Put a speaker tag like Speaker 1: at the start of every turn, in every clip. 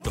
Speaker 1: The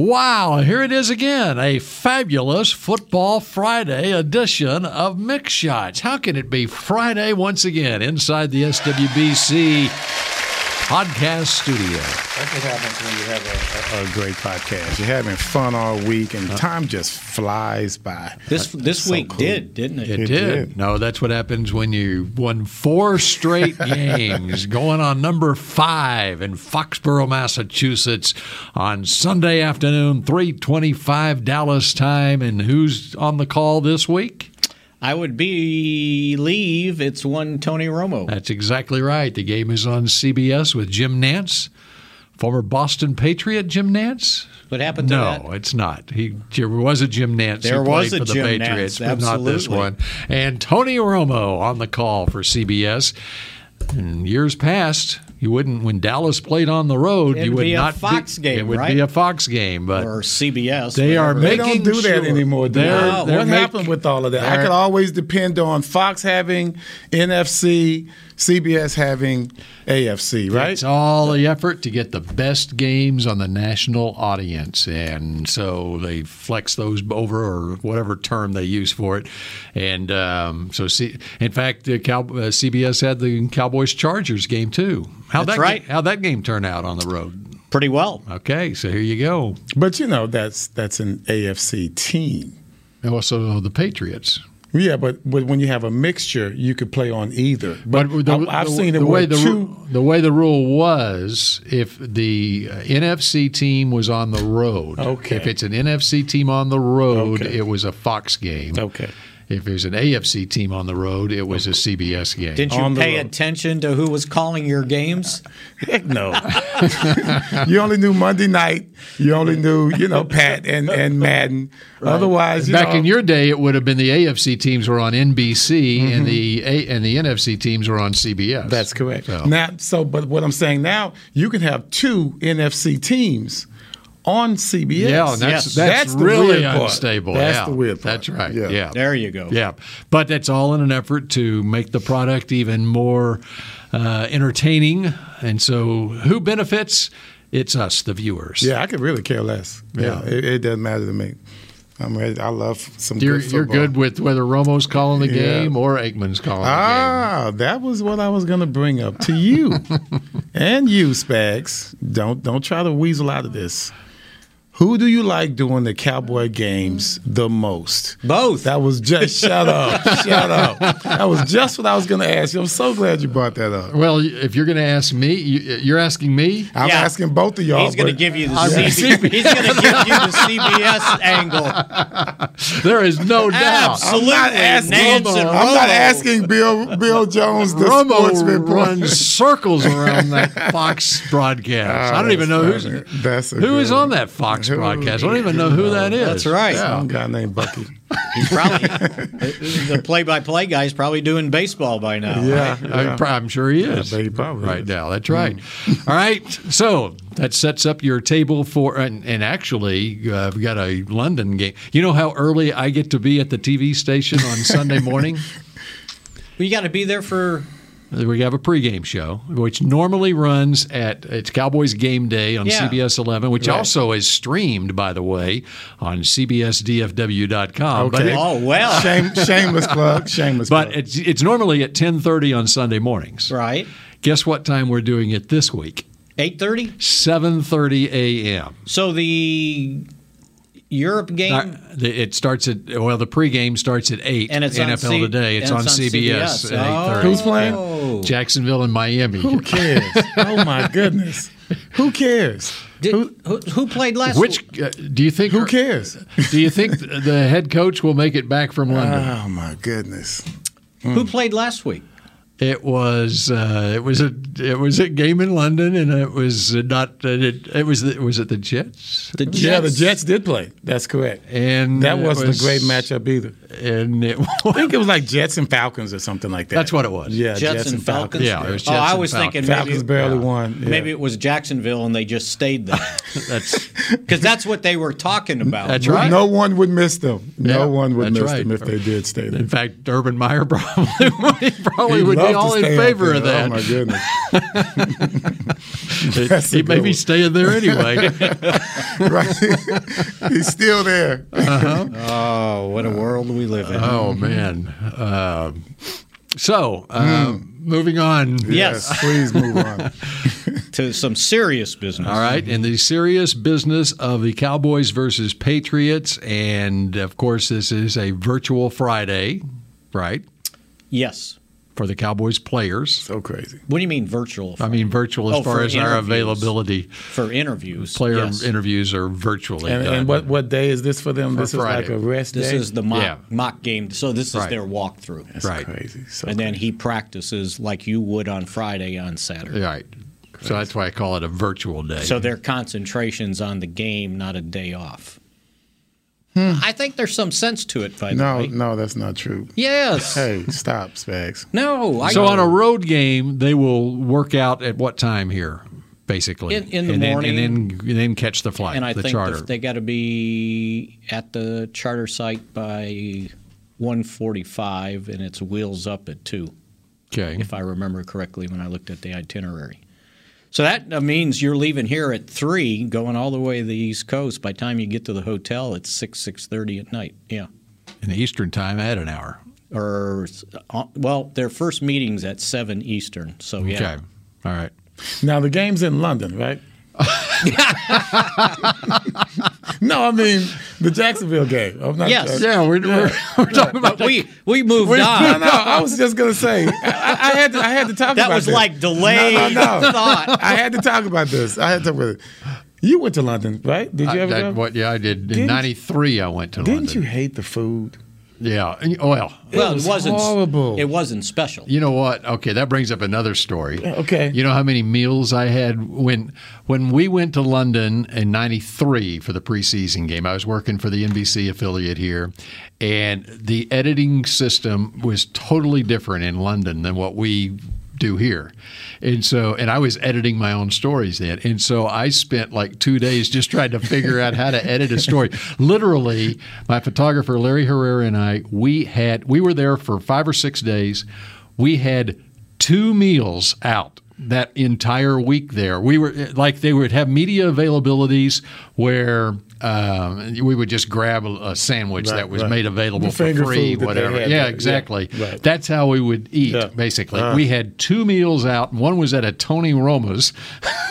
Speaker 2: Wow, here it is again, a fabulous Football Friday edition of Mix Shots. How can it be Friday once again inside the SWBC podcast studio?
Speaker 3: That's what happens when you have a, a, a great podcast. You're having fun all week, and time just flies by.
Speaker 4: This this
Speaker 3: so
Speaker 4: week
Speaker 3: cool.
Speaker 4: did, didn't it?
Speaker 2: It,
Speaker 3: It
Speaker 2: did.
Speaker 3: did.
Speaker 2: No, that's what happens when you won four straight games, going on number five in Foxborough, Massachusetts, on Sunday afternoon, three twenty-five Dallas time. And who's on the call this week?
Speaker 4: I would believe it's one Tony Romo.
Speaker 2: That's exactly right. The game is on CBS with Jim Nance, former Boston Patriot Jim Nance.
Speaker 4: What happened to
Speaker 2: No,
Speaker 4: that?
Speaker 2: it's not. He there was a Jim Nance. who
Speaker 4: There was
Speaker 2: played
Speaker 4: a
Speaker 2: for the
Speaker 4: Jim
Speaker 2: Patriots,
Speaker 4: Nance,
Speaker 2: but not this
Speaker 4: absolutely.
Speaker 2: one. And Tony Romo on the call for CBS. In years past, you wouldn't when Dallas played on the road. you
Speaker 4: It'd
Speaker 2: would
Speaker 4: be a
Speaker 2: not
Speaker 4: Fox
Speaker 2: be,
Speaker 4: game,
Speaker 2: It would
Speaker 4: right?
Speaker 2: be a Fox game, but
Speaker 4: Or CBS.
Speaker 2: they are
Speaker 4: whatever.
Speaker 3: They
Speaker 2: making
Speaker 3: don't do that
Speaker 2: sure-
Speaker 3: anymore. do they?
Speaker 2: They're-
Speaker 4: No.
Speaker 2: they're
Speaker 3: what
Speaker 2: make-
Speaker 3: happened with all of that? I
Speaker 2: they're-
Speaker 3: could always depend on Fox having NFC, CBS having AFC, right?
Speaker 2: It's all the effort to get the best games on the national audience. And so they flex those over or whatever term they use for it. And um, so, see, in fact, the Cow- uh, CBS had the Cowboys Chargers game too. How'd
Speaker 4: That's
Speaker 2: that
Speaker 4: right.
Speaker 2: How that game turn out on the road?
Speaker 4: pretty well.
Speaker 2: Okay, so here you go.
Speaker 3: But you know that's that's an AFC team.
Speaker 2: And also the Patriots.
Speaker 3: Yeah, but, but when you have a mixture, you could play on either. But,
Speaker 2: the-
Speaker 3: I, have
Speaker 2: the-
Speaker 3: seen it
Speaker 2: the way
Speaker 3: where
Speaker 2: the
Speaker 3: two.
Speaker 2: ru- the way the rule was if the uh, NFC team was on the road.
Speaker 3: Okay.
Speaker 2: If it's an NFC team on the road,
Speaker 3: Okay.
Speaker 2: it was a Fox game.
Speaker 3: okay.
Speaker 2: If it was an AFC team on the road, it was a CBS game.
Speaker 4: Didn't
Speaker 3: On
Speaker 4: you
Speaker 3: the
Speaker 4: pay
Speaker 3: road.
Speaker 4: attention to who was calling your games?
Speaker 3: Heck no. you only knew Monday night. You only knew, you know, Pat and, and Madden. Otherwise, you
Speaker 2: Oh. Back
Speaker 3: know,
Speaker 2: in your day, it would have been the AFC teams were on NBC and the a- and the NFC teams were on CBS.
Speaker 3: Mm-hmm. That's correct.
Speaker 2: So-
Speaker 3: Now, so, but what I'm saying now, you can have two NFC teams on CBS.
Speaker 2: Yeah, and that's that's,
Speaker 4: Yes.
Speaker 3: That's the
Speaker 2: really
Speaker 3: weird part.
Speaker 2: unstable.
Speaker 3: That's
Speaker 2: yeah.
Speaker 3: the weird part.
Speaker 2: That's right.
Speaker 3: Yeah.
Speaker 2: yeah.
Speaker 4: There you go.
Speaker 2: Yeah, but that's all in an effort to make the product even more uh, entertaining. And so, who benefits? It's us, the viewers.
Speaker 3: Yeah, I could really care less. Yeah,
Speaker 2: Yeah.
Speaker 3: it, it doesn't matter to me. I'm ready. I love some
Speaker 2: you're
Speaker 3: good
Speaker 2: you're
Speaker 3: football.
Speaker 2: good with whether Romo's calling the
Speaker 3: Yeah.
Speaker 2: game or Aikman's calling
Speaker 3: Ah, that was what I was going to bring up to you and you, Spags. Don't don't try to weasel out of this. Who do you like doing the cowboy games the most?
Speaker 4: Both.
Speaker 3: That was just shut up, shut up. That was just what I was going to ask you. I'm so glad you brought that
Speaker 2: the
Speaker 3: up.
Speaker 2: game. Well, if you're going to ask me, you, you're asking me.
Speaker 3: I'm
Speaker 4: Yeah.
Speaker 3: asking both of y'all.
Speaker 4: He's going to
Speaker 3: but-
Speaker 4: give you the
Speaker 2: I'm-
Speaker 4: CBS. He's going to give you the CBS angle.
Speaker 2: There is no doubt.
Speaker 3: I'm
Speaker 4: Absolutely,
Speaker 3: not asking.
Speaker 4: Nance and
Speaker 3: I'm not
Speaker 4: Romo.
Speaker 3: asking Bill Bill Jones the sportsman.
Speaker 2: Romo
Speaker 3: pro-
Speaker 2: runs circles around that Fox broadcast. I don't even know who's
Speaker 3: Ah, That's funny. That's a
Speaker 2: who is
Speaker 3: good
Speaker 2: on
Speaker 3: one.
Speaker 2: that Fox
Speaker 3: Who
Speaker 2: broadcast. I don't even know who that is.
Speaker 4: That's right.
Speaker 3: Some guy named Bucky.
Speaker 4: He's probably the play-by-play guy's probably doing baseball by now.
Speaker 3: Yeah,
Speaker 2: I'm, pr- Uh, I'm sure he is.
Speaker 3: bet he probably
Speaker 2: right
Speaker 3: is. Hmm.
Speaker 2: now. That's right. All right. So that sets up your table for, and, and actually, uh, I've got a London game. You know how early I get to be at the TV station on Sunday morning?
Speaker 4: But you got to be there for
Speaker 2: We have a pregame show, which normally runs at it's Cowboys Game Day on
Speaker 4: Yeah.
Speaker 2: CBS 11, which also is streamed, by the way, on CBSDFW.com. But,
Speaker 3: Okay.
Speaker 2: it-
Speaker 4: oh well,
Speaker 3: Shame, shameless plug. Shameless.
Speaker 2: but
Speaker 3: plug.
Speaker 2: it's it's normally at 10:30 on Sunday mornings.
Speaker 4: right?
Speaker 2: Guess what time we're doing it this week?
Speaker 4: Eight thirty.
Speaker 2: 7:30 a.m.
Speaker 4: So the Europe game.
Speaker 2: Uh, the- It starts at well, the pregame starts at eight.
Speaker 4: And it's on
Speaker 2: NFL
Speaker 4: C- Oh.
Speaker 2: today. It's,
Speaker 4: and
Speaker 2: on,
Speaker 4: it's on
Speaker 2: CBS.
Speaker 4: CBS.
Speaker 2: at 8:30.
Speaker 3: Who's playing?
Speaker 2: Yeah. Jacksonville and Miami.
Speaker 3: Who cares? oh my goodness. Who cares?
Speaker 4: Did-
Speaker 3: who,
Speaker 4: who, who played last?
Speaker 2: Which uh, do you think?
Speaker 3: who cares? Uh.
Speaker 2: do you think the head coach will make it back from London?
Speaker 3: Oh my goodness.
Speaker 4: who played last week?
Speaker 2: It was uh, it was a it was a game in London, and it was not uh, it, it was the, was it the Jets
Speaker 4: The
Speaker 3: Yeah, the Jets did play. That's correct.
Speaker 2: and
Speaker 3: that
Speaker 2: it
Speaker 3: wasn't
Speaker 2: was-
Speaker 3: a great matchup either.
Speaker 2: and it
Speaker 3: I think it was like Jets and Falcons or something like that.
Speaker 2: that's what it was.
Speaker 3: Yeah,
Speaker 4: Jets and Falcons?
Speaker 2: yeah. It was Jets
Speaker 4: Oh, I
Speaker 2: and
Speaker 4: was
Speaker 2: Falcons.
Speaker 4: thinking
Speaker 3: Falcons
Speaker 4: Maybe-
Speaker 3: barely won. Yeah.
Speaker 4: Maybe it was Jacksonville and they just stayed there.
Speaker 2: that's
Speaker 4: Because that's what they were talking about.
Speaker 2: that's right.
Speaker 3: No one would miss them. No
Speaker 2: Yeah,
Speaker 3: one would
Speaker 2: that's
Speaker 3: miss
Speaker 2: right.
Speaker 3: them if they did stay there.
Speaker 2: In fact, Urban Meyer probably would- probably
Speaker 3: He'd
Speaker 2: would
Speaker 3: love
Speaker 2: be
Speaker 3: to
Speaker 2: all in
Speaker 3: stay out
Speaker 2: favor
Speaker 3: there.
Speaker 2: of that.
Speaker 3: Oh my goodness! That's
Speaker 2: he
Speaker 3: a
Speaker 2: may
Speaker 3: good
Speaker 2: be
Speaker 3: one.
Speaker 2: staying there anyway.
Speaker 3: right? He's still there.
Speaker 4: Oh, what a world we live in.
Speaker 2: oh man. Um, so uh,
Speaker 3: Hmm.
Speaker 2: moving on.
Speaker 4: yes.
Speaker 3: please move on.
Speaker 4: to some serious business.
Speaker 2: All right, and the serious business of the Cowboys versus Patriots, and of course, this is a virtual Friday, right,
Speaker 4: Yes.
Speaker 2: for the Cowboys players.
Speaker 3: So crazy.
Speaker 4: What do you mean virtual?
Speaker 2: I mean, virtual as
Speaker 4: Oh,
Speaker 2: far
Speaker 4: for
Speaker 2: as our
Speaker 4: interviews.
Speaker 2: availability.
Speaker 4: for interviews.
Speaker 2: Player
Speaker 4: yes.
Speaker 2: interviews are virtually
Speaker 3: And,
Speaker 2: done.
Speaker 3: and what what day is this for them?
Speaker 2: For
Speaker 3: this is
Speaker 2: Friday.
Speaker 3: like a rest
Speaker 4: This
Speaker 3: day.
Speaker 4: is the mock,
Speaker 2: Yeah.
Speaker 4: mock game. So this is
Speaker 2: Right.
Speaker 4: their walkthrough.
Speaker 3: That's
Speaker 2: right.
Speaker 3: crazy. So
Speaker 4: And then he practices like you would on Friday on Saturday.
Speaker 2: Right. So that's why I call it a virtual day.
Speaker 4: So their concentration's on the game, not a day off.
Speaker 2: Hmm.
Speaker 4: I think there's some sense to it, by the
Speaker 3: no,
Speaker 4: way.
Speaker 3: no, that's not true.
Speaker 4: Yes.
Speaker 3: Hey, stop, Spags.
Speaker 4: No. I
Speaker 2: So on a road game, they will work out at what time here, basically?
Speaker 4: In- in the
Speaker 2: and then,
Speaker 4: morning.
Speaker 2: And then, and then catch the flight,
Speaker 4: and I
Speaker 2: the
Speaker 4: think
Speaker 2: charter.
Speaker 4: the, they got to be at the charter site by 1:45, and it's wheels up at two.
Speaker 2: okay.
Speaker 4: if I remember correctly when I looked at the itinerary. So that uh, means you're leaving here at three, going all the way to the East Coast. By the time you get to the hotel, it's six six thirty at night. Yeah,
Speaker 2: In the Eastern time, at an hour.
Speaker 4: or s- uh, well, their first meeting's at seven Eastern. So yeah,
Speaker 2: Okay. All right.
Speaker 3: Now the game's in London, right? no, I mean the Jacksonville game. I'm not.
Speaker 4: Yes.
Speaker 2: Yeah, we're, We're, we're talking about
Speaker 4: but we we moved
Speaker 3: No,
Speaker 4: on.
Speaker 3: no, I was just gonna say I, I had to, I had to talk about
Speaker 4: That was
Speaker 3: this.
Speaker 4: like delayed
Speaker 3: no, no.
Speaker 4: thought.
Speaker 3: I had to talk about this. I had to talk about it. You went to London, right? Did you ever?
Speaker 2: I, I-
Speaker 3: go?
Speaker 2: what, yeah, I did. In
Speaker 3: Didn't-
Speaker 2: '93, I went to
Speaker 3: Didn't you
Speaker 2: London.
Speaker 3: hate the food?
Speaker 2: Yeah. And- Well,
Speaker 4: Well, it,
Speaker 3: was
Speaker 4: was not
Speaker 3: horrible.
Speaker 4: It wasn't special.
Speaker 2: you know what? Okay, that brings up another story.
Speaker 3: okay.
Speaker 2: You know how many meals I had when when we went to London in '93 for the preseason game. I was working for the NBC affiliate here, and the editing system was totally different in London than what we do here. And so, and I was editing my own stories then. And so I spent like two days just trying to figure out how to edit a story. Literally, my photographer, Larry Herrera, and I, we had, we were there for five or six days. We had two meals out that entire week there. We were like, they would have media availabilities where um, we would just grab a, a sandwich
Speaker 3: Right,
Speaker 2: that was
Speaker 3: right.
Speaker 2: made available
Speaker 3: The finger
Speaker 2: for free,
Speaker 3: food that they
Speaker 2: whatever.
Speaker 3: had
Speaker 2: Yeah,
Speaker 3: there. Yeah,
Speaker 2: exactly.
Speaker 3: right.
Speaker 2: That's how we would eat,
Speaker 3: Yeah. Uh-huh.
Speaker 2: basically. We had two meals out, and one was at a Tony Roma's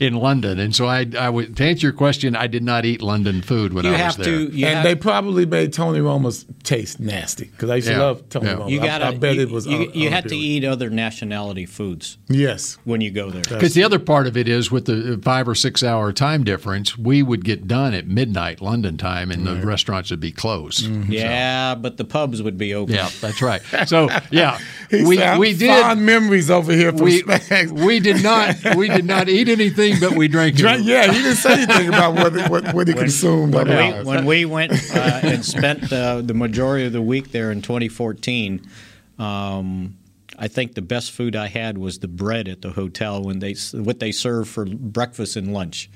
Speaker 2: in London. And so I, I would, to answer your question, I did not eat London food when
Speaker 4: You
Speaker 2: I was there.
Speaker 4: have to. You
Speaker 3: and
Speaker 4: have,
Speaker 3: they probably made Tony Roma's taste nasty because I used
Speaker 2: Yeah,
Speaker 3: to love Tony
Speaker 2: yeah.
Speaker 3: Romo.
Speaker 4: you
Speaker 3: I-
Speaker 4: got to.
Speaker 3: I, bet
Speaker 4: you,
Speaker 3: it was.
Speaker 4: You,
Speaker 3: un-
Speaker 4: you had to
Speaker 3: unappealing.
Speaker 4: eat other nationality foods
Speaker 3: Yes.
Speaker 4: when you go there.
Speaker 2: Because the other part of it is with the uh, five or six hour time difference, we would get done at midnight London time, and the restaurants would be closed.
Speaker 3: Mm.
Speaker 4: Yeah, but the pubs would be open.
Speaker 2: Yeah, that's right. So yeah,
Speaker 3: He
Speaker 2: we
Speaker 3: said,
Speaker 2: we
Speaker 3: fond
Speaker 2: did
Speaker 3: memories over here from
Speaker 2: we,
Speaker 3: Spags.
Speaker 2: we did not we did not eat anything, but we drank. it.
Speaker 3: Drank- yeah, he didn't say anything about what what, what he consumed.
Speaker 4: When we,
Speaker 3: otherwise.
Speaker 4: when we went uh, and spent uh, the majority of the week there in 2014, um, I think the best food I had was the bread at the hotel when they what they serve for breakfast and lunch.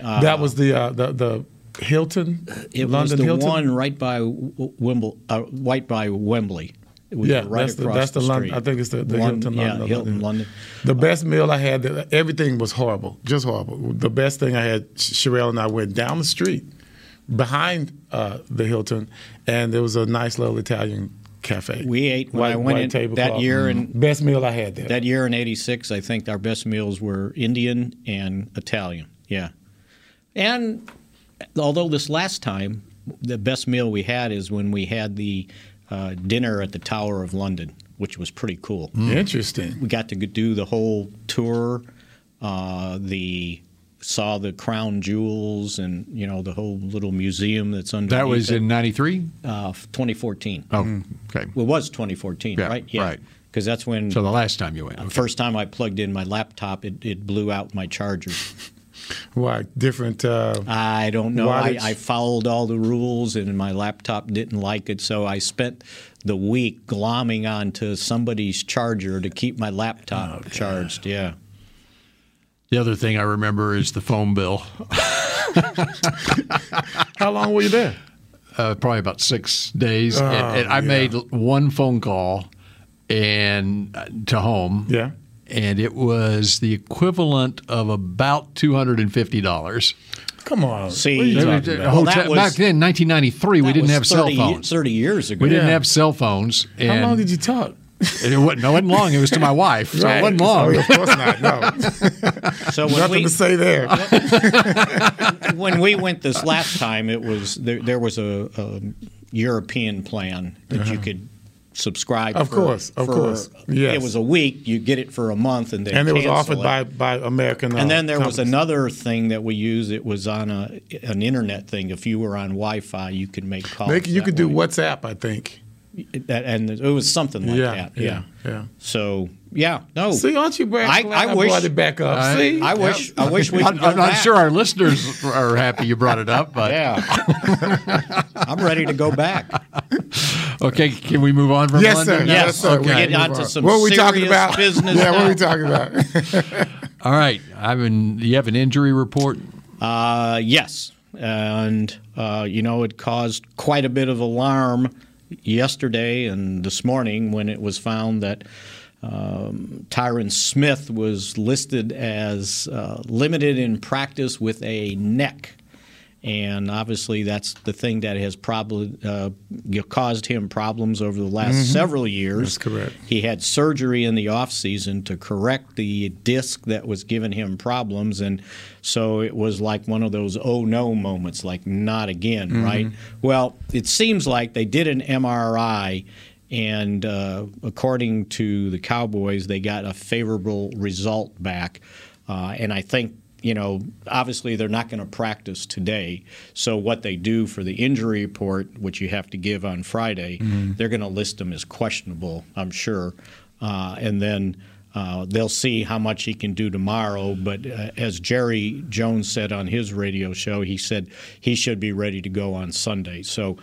Speaker 3: that was the uh, the, the Hilton,
Speaker 4: It
Speaker 3: London
Speaker 4: was the
Speaker 3: Hilton.
Speaker 4: one right by W- Wimble, uh, right by Wembley. It was
Speaker 3: Yeah,
Speaker 4: right
Speaker 3: that's the-
Speaker 4: across
Speaker 3: that's the Lon-
Speaker 4: street.
Speaker 3: I think it's the- the
Speaker 4: Lon-
Speaker 3: Hilton,
Speaker 4: Yeah,
Speaker 3: London,
Speaker 4: Hilton,
Speaker 3: London.
Speaker 4: London.
Speaker 3: The best meal I had, that- everything was horrible, just horrible. The best thing I had, Sh- Sherelle and I went down the street behind uh, the Hilton, and there was a nice little Italian cafe.
Speaker 4: We ate when I went in that
Speaker 3: tablecloth. Mm-hmm.
Speaker 4: year and-
Speaker 3: best meal I had there.
Speaker 4: That year in '86, I think our best meals were Indian and Italian. Yeah, and although this last time, the best meal we had is when we had the uh, dinner at the Tower of London, which was pretty cool.
Speaker 2: Mm-hmm.
Speaker 3: Interesting.
Speaker 4: We got to do the whole tour, uh, the saw the crown jewels, and you know the whole little museum that's under.
Speaker 2: That was in '93.
Speaker 4: uh, 2014.
Speaker 2: Oh, okay.
Speaker 3: Mm.
Speaker 4: Well, it was 2014,
Speaker 2: Yeah,
Speaker 4: right?
Speaker 2: right.
Speaker 4: because that's when
Speaker 2: So the last time you went,
Speaker 4: the first time I plugged in my laptop, it, it blew out my charger.
Speaker 3: Why different? Uh,
Speaker 4: I don't know.
Speaker 3: Why
Speaker 4: I,
Speaker 3: did-
Speaker 4: I followed all the rules, and my laptop didn't like it, so I spent the week glomming onto somebody's charger to keep my
Speaker 3: Oh,
Speaker 4: laptop charged. Yeah.
Speaker 2: the other thing I remember is the phone bill.
Speaker 3: how long were you there?
Speaker 2: uh, probably about six days, and, and I
Speaker 3: Oh, yeah.
Speaker 2: made l- one phone call and uh, to home.
Speaker 3: Yeah.
Speaker 2: and it was the equivalent of about two hundred and fifty dollars.
Speaker 3: Come on.
Speaker 4: See,
Speaker 3: What are you
Speaker 4: Well,
Speaker 2: Back
Speaker 3: talking about?
Speaker 4: Well, that was-
Speaker 2: then, nineteen ninety three, we
Speaker 4: That
Speaker 2: didn't
Speaker 4: was
Speaker 2: have cell
Speaker 4: 30
Speaker 2: phones.
Speaker 4: Thirty years ago.
Speaker 2: We didn't
Speaker 3: Yeah.
Speaker 2: have cell phones. And
Speaker 3: How long did you talk?
Speaker 2: It wasn't, no, it wasn't long. It was to my wife, so it wasn't long.
Speaker 3: Oh, of course not. No,
Speaker 4: So when
Speaker 3: nothing
Speaker 4: we,
Speaker 3: to say there.
Speaker 4: when we went this last time, it was there, there was a, a European plan that you could subscribe.
Speaker 3: Uh-huh. Of
Speaker 4: for,
Speaker 3: course, of
Speaker 4: for-
Speaker 3: course, yes.
Speaker 4: It was a week. You get it for a month, and then
Speaker 3: and it was
Speaker 4: cancel
Speaker 3: offered by by American.
Speaker 4: And
Speaker 3: uh,
Speaker 4: then there was
Speaker 3: companies.
Speaker 4: another thing that we used. It was on a an internet thing. If you were on Wi-Fi, you could make calls.
Speaker 3: They, you
Speaker 4: that
Speaker 3: could do
Speaker 4: way.
Speaker 3: WhatsApp, I think.
Speaker 4: That- and it was something like
Speaker 3: yeah,
Speaker 4: that.
Speaker 3: yeah, yeah,
Speaker 4: So yeah, no.
Speaker 3: See, aren't you glad
Speaker 4: I-
Speaker 3: I,
Speaker 4: I wish-
Speaker 3: brought it back up?
Speaker 2: I-
Speaker 3: See,
Speaker 4: I wish I wish we.
Speaker 2: I'm,
Speaker 4: could go
Speaker 2: I'm not
Speaker 4: back.
Speaker 2: sure our listeners are happy you brought it up, but
Speaker 4: Yeah, I'm ready to go back.
Speaker 2: okay, can we move on from
Speaker 3: Yes,
Speaker 2: London?
Speaker 3: sir.
Speaker 2: now?
Speaker 4: Yes, sir.
Speaker 2: Okay.
Speaker 4: We get on to some
Speaker 3: what are we talking
Speaker 4: serious
Speaker 3: about?
Speaker 4: business.
Speaker 3: yeah, what
Speaker 4: now.
Speaker 3: are we talking about?
Speaker 2: All right, Ivan, do you have an injury report?
Speaker 4: Uh, yes, and uh, you know it caused quite a bit of alarm yesterday and this morning when it was found that um, Tyron Smith was listed as uh, limited in practice with a neck. And obviously, that's the thing that has probably uh, you know, caused him problems over the last several
Speaker 3: That's
Speaker 4: years.
Speaker 3: correct.
Speaker 4: He had surgery in the off season to correct the disc that was giving him problems, and so it was like one of those oh no moments, like not again, right? Well, it seems like they did an MRI, and uh, according to the Cowboys, they got a favorable result back, uh, and I think. You know, obviously they're not going to practice today. So what they do for the injury report, which you have to give on Friday, they're going to list him as questionable, I'm sure, uh, and then uh, they'll see how much he can do tomorrow. But uh, as Jerry Jones said on his radio show, he said he should be ready to go on Sunday. So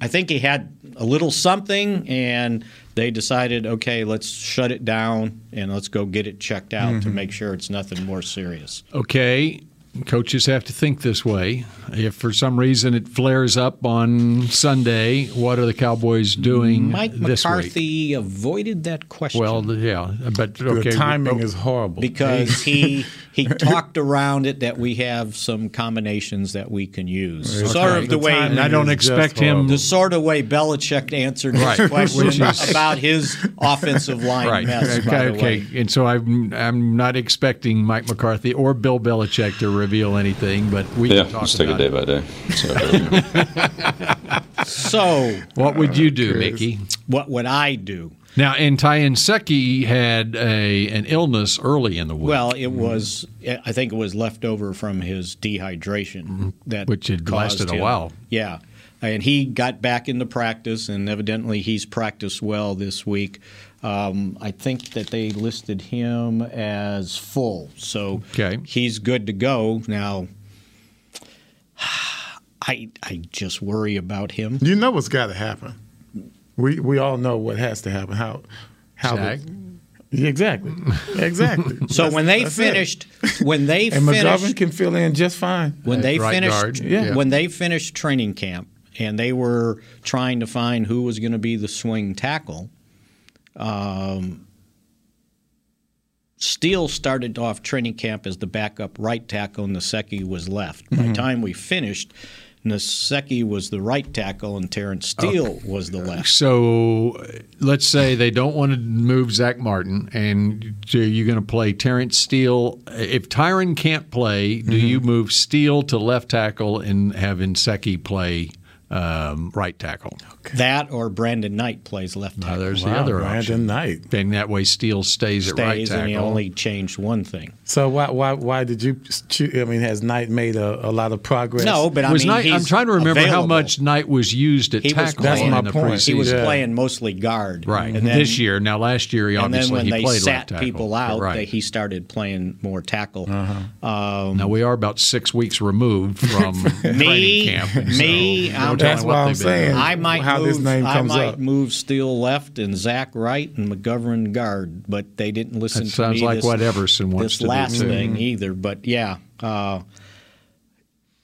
Speaker 4: I think he had a little something, and they decided, okay, let's shut it down and let's go get it checked out to make sure it's nothing more serious.
Speaker 2: Okay, coaches have to think this way. If for some reason it flares up on Sunday, what are the Cowboys doing
Speaker 4: Mike
Speaker 2: this week?
Speaker 4: McCarthy avoided that question.
Speaker 2: Well, yeah, but
Speaker 3: The
Speaker 2: okay.
Speaker 3: timing is horrible.
Speaker 4: because he he talked around it that we have some combinations that we can use. Sort of the,
Speaker 3: The
Speaker 4: way
Speaker 3: timing
Speaker 2: I don't
Speaker 3: is
Speaker 2: expect
Speaker 3: just
Speaker 2: him-
Speaker 4: the sort of way Belichick answered his
Speaker 2: Right, which
Speaker 4: question
Speaker 2: is-
Speaker 4: about his offensive line
Speaker 2: Right.
Speaker 4: mess.
Speaker 2: okay.
Speaker 4: by the
Speaker 2: okay.
Speaker 4: way.
Speaker 2: And so I'm I'm not expecting Mike McCarthy or Bill Belichick to reveal anything, but we
Speaker 5: Yeah,
Speaker 2: can talk
Speaker 5: just take it
Speaker 2: about
Speaker 5: day
Speaker 2: it.
Speaker 5: by day. See how it goes.
Speaker 4: So
Speaker 2: What would you do, Mickey?
Speaker 4: what would I do?
Speaker 2: Now, and Tyen Secchi had a an illness early in the week.
Speaker 4: Well, it was I think it was left over from his dehydration that
Speaker 2: Which had
Speaker 4: caused
Speaker 2: lasted a
Speaker 4: him-
Speaker 2: while.
Speaker 4: Yeah. And he got back into practice, and evidently he's practiced well this week. Um, I think that they listed him as full, so
Speaker 2: Okay.
Speaker 4: he's good to go now. I I just worry about him.
Speaker 3: You know what's got to happen. We we all know what has to happen. How how the-
Speaker 2: Zach?
Speaker 3: Yeah, exactly exactly.
Speaker 4: So
Speaker 3: That's-
Speaker 4: when they
Speaker 3: that's it.
Speaker 4: finished, when they
Speaker 3: and McGovern
Speaker 4: finished,
Speaker 3: can fill in just fine.
Speaker 4: when they
Speaker 2: Right
Speaker 4: finished
Speaker 2: guard,
Speaker 3: yeah.
Speaker 4: when they finished training camp and they were trying to find who was going to be the swing tackle um, steele started off training camp as the backup right tackle and Naseki was left by
Speaker 2: Mm-hmm.
Speaker 4: the time we finished Naseki was the right tackle and Terrence
Speaker 2: Oh,
Speaker 4: Steele was the left.
Speaker 2: So uh, let's say they don't want to move Zach Martin, and so you're going to play Terrence Steele. If Tyron
Speaker 4: Mm-hmm.
Speaker 2: can't play, do you move Steele to left tackle and have Inseki play um, right tackle.
Speaker 4: That or Brandon Knight plays left
Speaker 2: Now,
Speaker 4: tackle.
Speaker 2: there's the
Speaker 3: Wow,
Speaker 2: other
Speaker 3: Brandon
Speaker 2: option.
Speaker 3: Knight.
Speaker 2: And that way, Steele stays, at right
Speaker 4: Stays
Speaker 2: tackle.
Speaker 4: and he only changed one thing.
Speaker 3: So why why why did you? Choose, I mean, has Knight made a, a lot of progress?
Speaker 4: No, but I
Speaker 2: was
Speaker 4: mean,
Speaker 2: Knight, I'm
Speaker 4: he's
Speaker 2: trying to remember how
Speaker 4: available.
Speaker 2: much Knight was used at
Speaker 4: He was
Speaker 2: tackle
Speaker 4: playing-
Speaker 2: in
Speaker 3: That's my
Speaker 2: the
Speaker 3: point.
Speaker 2: preseason.
Speaker 4: He was
Speaker 3: Yeah.
Speaker 4: playing mostly guard.
Speaker 2: right.
Speaker 4: And then-
Speaker 2: this year, now last year, he
Speaker 4: And then
Speaker 2: obviously
Speaker 4: when
Speaker 2: he
Speaker 4: they
Speaker 2: played
Speaker 4: sat
Speaker 2: left tackle.
Speaker 4: people out,
Speaker 2: right.
Speaker 4: they, he started playing more tackle.
Speaker 2: now we are about six weeks removed from
Speaker 4: Me,
Speaker 2: training camp. and
Speaker 4: me,
Speaker 2: so, no
Speaker 4: I'm-
Speaker 2: telling
Speaker 3: That's
Speaker 2: what
Speaker 3: why I'm
Speaker 2: they've been doing.
Speaker 3: saying.
Speaker 4: I might
Speaker 3: how
Speaker 4: move,
Speaker 3: this name comes
Speaker 4: I might
Speaker 3: up.
Speaker 4: move Steele left and Zach right and McGovern guard, but they didn't listen
Speaker 2: That
Speaker 4: to
Speaker 2: sounds
Speaker 4: me
Speaker 2: like
Speaker 4: this,
Speaker 2: what Everson wants
Speaker 4: this
Speaker 2: to do,
Speaker 4: last
Speaker 2: too. Mm-hmm.
Speaker 4: thing either. But yeah, uh,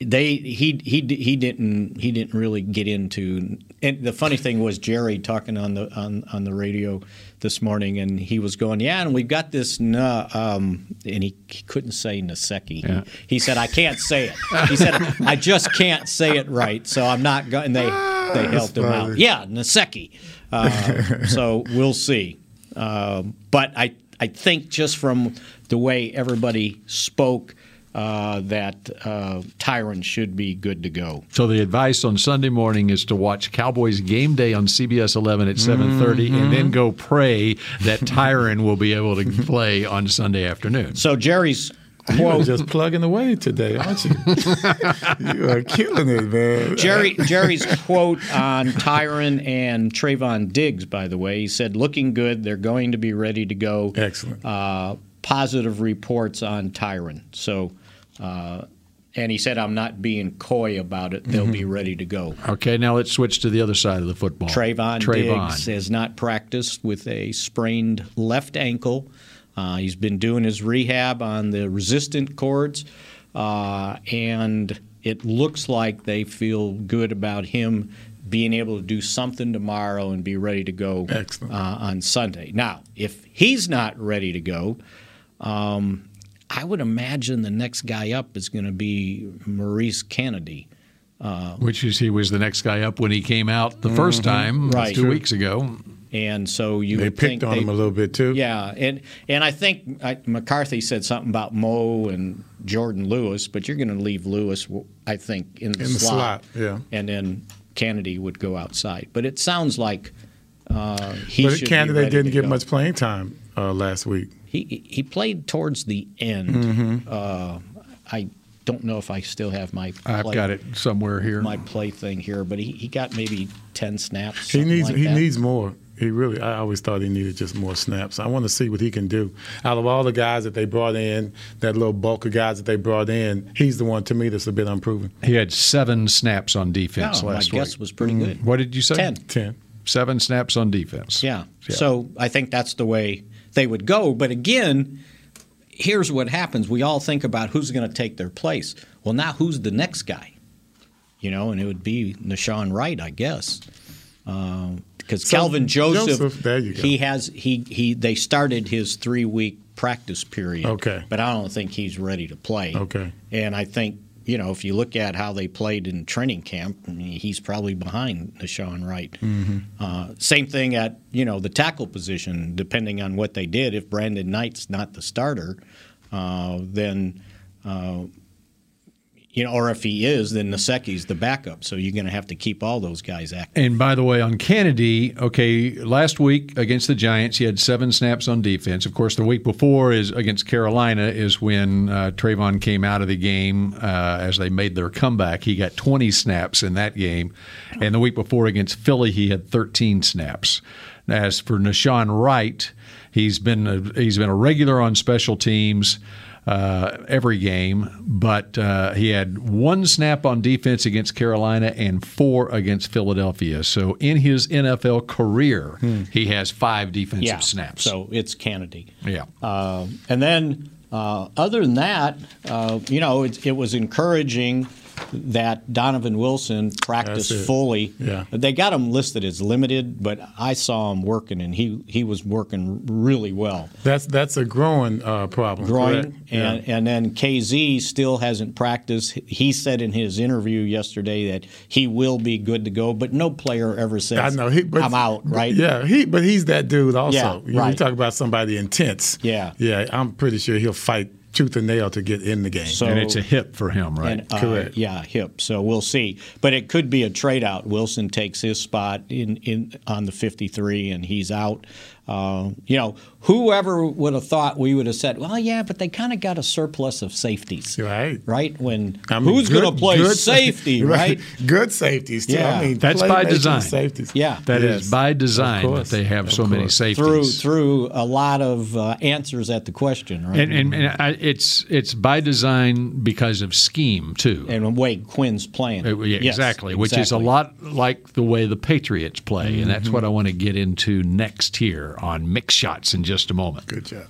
Speaker 4: they he he d- he didn't he didn't really get into. And the funny thing was Jerry talking on the on, on the radio this morning, and he was going, "Yeah, and we've got this," na- um, and he, he couldn't say Naseki.
Speaker 2: Yeah.
Speaker 4: He, he said, "I can't say it." He said, "I just can't say it right," so I'm not going. And they
Speaker 2: Ah,
Speaker 4: they helped him out. Yeah, Naseki. Uh, so we'll see. Um, but I I think just from the way everybody spoke. Uh, that uh, Tyron should be good to go.
Speaker 2: So the advice on Sunday morning is to watch Cowboys game day on CBS 11 at 7:30, and
Speaker 4: Mm-hmm.
Speaker 2: then go pray that Tyron will be able to play on Sunday afternoon.
Speaker 4: So Jerry's
Speaker 3: You are
Speaker 4: quote
Speaker 3: just plugging away today, aren't you? you are killing it, man.
Speaker 4: Jerry Jerry's quote on Tyron and Trayvon Diggs, by the way, he said, "Looking good. They're going to be ready to go."
Speaker 3: Excellent.
Speaker 4: Uh, positive reports on Tyron. So, uh, and he said, "I'm not being coy about it. They'll be ready to go."
Speaker 2: Okay, now let's switch to the other side of the football.
Speaker 4: Trayvon,
Speaker 2: Trayvon.
Speaker 4: Diggs has not practiced with a sprained left ankle. Uh, he's been doing his rehab on the resistant cords, uh, and it looks like they feel good about him being able to do something tomorrow and be ready to go
Speaker 3: Excellent.
Speaker 4: Uh, on Sunday. Now, if he's not ready to go, um, I would imagine the next guy up is going to be Maurice Kennedy.
Speaker 2: Which is he was the next guy up when he came out the first time
Speaker 4: Mm-hmm. Right.
Speaker 2: two
Speaker 4: True.
Speaker 2: weeks ago.
Speaker 4: And so you
Speaker 3: They
Speaker 4: would think
Speaker 3: picked on
Speaker 4: they,
Speaker 3: him a little bit too.
Speaker 4: Yeah, and and I think I, McCarthy said something about Moe and Jordan Lewis, but you're going to leave Lewis, I think, in the,
Speaker 3: In the slot, yeah.
Speaker 4: and then Kennedy would go outside. But it sounds like uh, he
Speaker 3: but
Speaker 4: should be
Speaker 3: candidate
Speaker 4: ready
Speaker 3: didn't
Speaker 4: to
Speaker 3: get
Speaker 4: go.
Speaker 3: much playing time uh, last week.
Speaker 4: He he played towards the end.
Speaker 3: Mm-hmm.
Speaker 4: Uh, I don't know if I still have my.
Speaker 2: I've
Speaker 4: play-
Speaker 2: got it somewhere here.
Speaker 4: My play thing here, but he, he got maybe ten snaps.
Speaker 3: He
Speaker 4: something
Speaker 3: needs
Speaker 4: like
Speaker 3: he
Speaker 4: that.
Speaker 3: needs more. He really. I always thought he needed just more snaps. I want to see what he can do. Out of all the guys that they brought in, that little bulk of guys that they brought in, he's the one to me that's a bit unproven.
Speaker 2: He had seven snaps on
Speaker 4: No,
Speaker 2: defense
Speaker 4: Oh, my
Speaker 2: last week.
Speaker 4: guess was pretty
Speaker 3: Mm-hmm.
Speaker 4: good.
Speaker 2: what did you say?
Speaker 4: Ten.
Speaker 3: Ten.
Speaker 2: Seven snaps on defense.
Speaker 4: Yeah. So I think that's the way they would go. But again, here's what happens. We all think about who's going to take their place. Well, now who's the next guy? You know, and it would be Nashawn Wright, I guess. Because
Speaker 3: So,
Speaker 4: Calvin Joseph,
Speaker 3: Joseph, there you go.
Speaker 4: he has he he they started his three week practice period.
Speaker 3: Okay.
Speaker 4: but I don't think he's ready to play.
Speaker 3: Okay.
Speaker 4: and I think you know if you look at how they played in training camp, I mean, he's probably behind Nashawn Wright. Uh, same thing at you know the tackle position. Depending on what they did, if Brandon Knight's not the starter, uh, then uh, you know, or if he is, then Naseki's the backup. So you're going to have to keep all those guys active.
Speaker 2: And by the way, on Kennedy, okay, last week against the Giants, he had seven snaps on defense. Of course, the week before is against Carolina is when uh, Trayvon came out of the game uh, as they made their comeback. He got 20 snaps in that game, and the week before against Philly, he had 13 snaps. As for Nashawn Wright, he's been a, he's been a regular on special teams uh, every game, but uh, he had one snap on defense against Carolina and four against Philadelphia. So in his NFL career, he has five defensive snaps.
Speaker 4: Hmm. So it's Kennedy.
Speaker 2: yeah,
Speaker 4: Uh, and then, uh, other than that, uh, you know, it, it was encouraging that Donovan Wilson
Speaker 3: That's
Speaker 4: practiced
Speaker 3: it.
Speaker 4: fully.
Speaker 3: Yeah.
Speaker 4: They got him listed as limited, but I saw him working, and he, he was working really well.
Speaker 3: That's that's a growing uh, problem. correct?
Speaker 4: Groin,
Speaker 3: Yeah.
Speaker 4: and, and then KZ still hasn't practiced. He said in his interview yesterday that he will be good to go, but no player ever says,
Speaker 3: I know he, but,
Speaker 4: I'm out,
Speaker 3: but
Speaker 4: right?
Speaker 3: Yeah, he but he's that dude also.
Speaker 4: Yeah,
Speaker 3: you, know, you
Speaker 4: right.
Speaker 3: talk about somebody intense.
Speaker 4: Yeah.
Speaker 3: yeah. I'm pretty sure he'll fight tooth and nail to get in the game.
Speaker 4: So-
Speaker 2: and it's a hip for him, right?
Speaker 4: And, uh,
Speaker 3: Correct.
Speaker 4: Yeah, hip. So we'll see, but it could be a trade out. Wilson takes his spot in, in on the 53, and he's out. Uh, you know, whoever would have thought we would have said, well, yeah, but they kind of got a surplus of safeties,
Speaker 3: Right.
Speaker 4: Right? When
Speaker 3: I mean,
Speaker 4: who's
Speaker 3: good-
Speaker 4: going to play
Speaker 3: good-
Speaker 4: safety, right?
Speaker 3: Good safeties, too.
Speaker 4: Yeah.
Speaker 3: I mean,
Speaker 2: That's by
Speaker 3: playmaking
Speaker 2: design.
Speaker 3: Safeties.
Speaker 4: Yeah.
Speaker 2: That is
Speaker 3: Yes.
Speaker 2: by
Speaker 3: Of
Speaker 2: design that
Speaker 3: course.
Speaker 2: they have
Speaker 3: Of
Speaker 2: so many
Speaker 3: course.
Speaker 2: safeties.
Speaker 4: Through through a lot of uh, answers at the question, right?
Speaker 2: And, and, and I, it's it's by design because of scheme too.
Speaker 4: and Wade Quinn's playing.
Speaker 2: Uh, yeah,
Speaker 4: Yes,
Speaker 2: exactly, which is a
Speaker 4: exactly. Mm-hmm.
Speaker 2: lot like the way the Patriots play, and that's what I want to get into next here on mix shots in just a moment.
Speaker 3: Good job.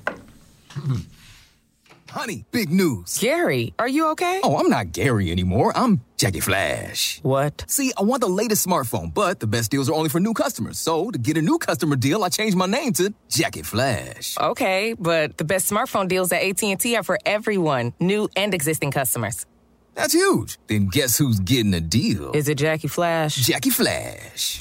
Speaker 5: Honey, big news.
Speaker 6: Gary, are you okay?
Speaker 5: Oh, I'm not Gary anymore. I'm Jackie Flash.
Speaker 6: What?
Speaker 5: See, I want the latest smartphone, but the best deals are only for new customers. So, to get a new customer deal, I changed my name to Jackie Flash.
Speaker 6: Okay, but the best smartphone deals at AT&T are for everyone, new and existing customers.
Speaker 5: That's huge. Then guess who's getting a deal?
Speaker 6: Is it Jackie Flash?
Speaker 5: Jackie Flash.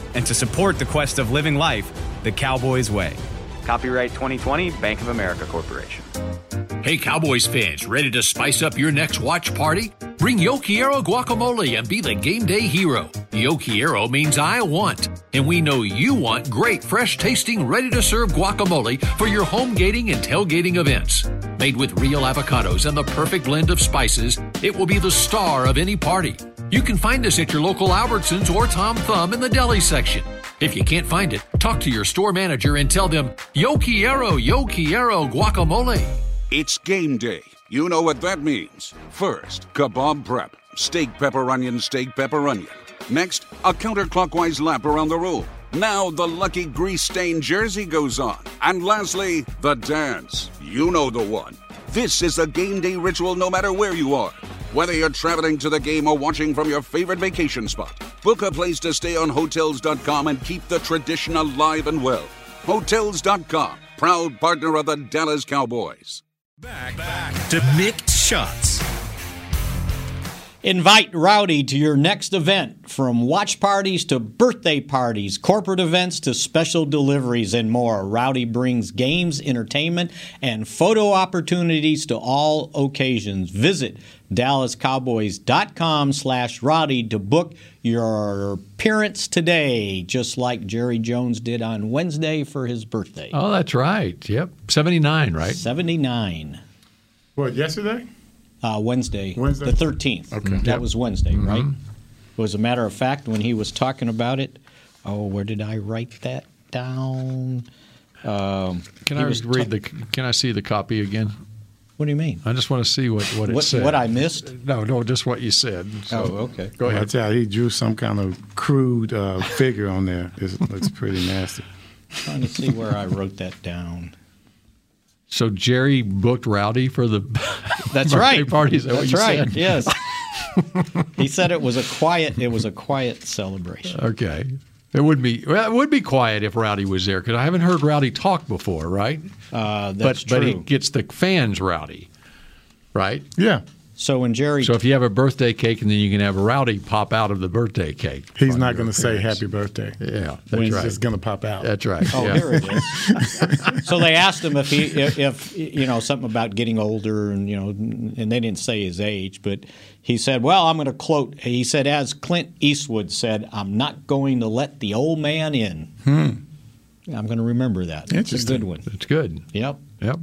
Speaker 7: and to support the quest of living life the Cowboys Way. Copyright 2020, Bank of America Corporation.
Speaker 8: Hey, Cowboys fans, ready to spice up your next watch party? Bring Yo Quiero guacamole and be the game day hero. Yo Quiero means I want, and we know you want great, fresh tasting, ready to serve guacamole for your home gating and tailgating events. Made with real avocados and the perfect blend of spices, it will be the star of any party. You can find us at your local Albertsons or Tom Thumb in the deli section. If you can't find it, talk to your store manager and tell them, Yo Quiero, Yo Quiero guacamole.
Speaker 9: It's game day. You know what that means. First, kebab prep. Steak, pepper, onion, steak, pepper, onion. Next, a counterclockwise lap around the room. Now the lucky grease stained jersey goes on. And lastly, the dance. You know the one. This is a game day ritual no matter where you are. Whether you're traveling to the game or watching from your favorite vacation spot, book a place to stay on Hotels.com and keep the tradition alive and well. Hotels.com, proud partner of the Dallas Cowboys.
Speaker 10: To mix shots.
Speaker 4: Invite Rowdy to your next event from watch parties to birthday parties, corporate events to special deliveries, and more. Rowdy brings games, entertainment, and photo opportunities to all occasions. Visit DallasCowboys.com slash Rowdy to book your appearance today, just like Jerry Jones did on Wednesday for his birthday.
Speaker 2: Oh, that's right. Yep, seventy nine, right?
Speaker 4: 79.
Speaker 3: What, yesterday?
Speaker 4: Uh, Wednesday,
Speaker 3: Wednesday?
Speaker 4: the 13th. Okay. That was Wednesday,
Speaker 2: Mm-hmm.
Speaker 4: right? Well, as a matter of fact, when he was talking about it, oh, where did I write that down? Um,
Speaker 2: Can
Speaker 4: he
Speaker 2: I
Speaker 4: was
Speaker 2: read
Speaker 4: ta-
Speaker 2: the? Can I see the copy again?
Speaker 4: What do you mean?
Speaker 2: I just want to see what what it
Speaker 4: What,
Speaker 2: said.
Speaker 4: what I missed?
Speaker 2: no, no, just what you said. So,
Speaker 4: Oh, okay.
Speaker 2: Go ahead.
Speaker 3: Watch out. He drew some kind of crude uh, figure on there. It looks pretty nasty.
Speaker 4: trying to see where I wrote that down.
Speaker 2: So Jerry booked Rowdy for the
Speaker 4: That's
Speaker 2: birthday
Speaker 4: right.
Speaker 2: party. Is that what
Speaker 4: That's
Speaker 2: you
Speaker 4: right.
Speaker 2: said?
Speaker 4: Yes. he said it was a quiet. It was a quiet celebration.
Speaker 2: Okay. It would be well, it would be quiet if Rowdy was there because I haven't heard Rowdy talk before, right?
Speaker 4: Uh, that's
Speaker 2: but but he
Speaker 4: true.
Speaker 2: gets the fans rowdy, right?
Speaker 3: Yeah.
Speaker 4: so when Jerry
Speaker 2: So if you have a birthday cake and then you can have Rowdy pop out of the birthday cake.
Speaker 3: He's
Speaker 2: on
Speaker 3: not
Speaker 2: your
Speaker 3: going to say
Speaker 2: appearance.
Speaker 3: happy birthday.
Speaker 2: Yeah,
Speaker 3: He's
Speaker 2: that's right.
Speaker 3: just going to pop out.
Speaker 2: That's right.
Speaker 4: Oh,
Speaker 2: yeah.
Speaker 4: here it is. so they asked him if he, if, if you know, something about getting older, and you know, and they didn't say his age, but he said, "Well, I'm going to quote." He said, "As Clint Eastwood said, I'm not going to let the old man in." I'm going to remember that. It's a good
Speaker 3: Interesting.
Speaker 4: one.
Speaker 2: It's good.
Speaker 4: Yep.
Speaker 2: Yep.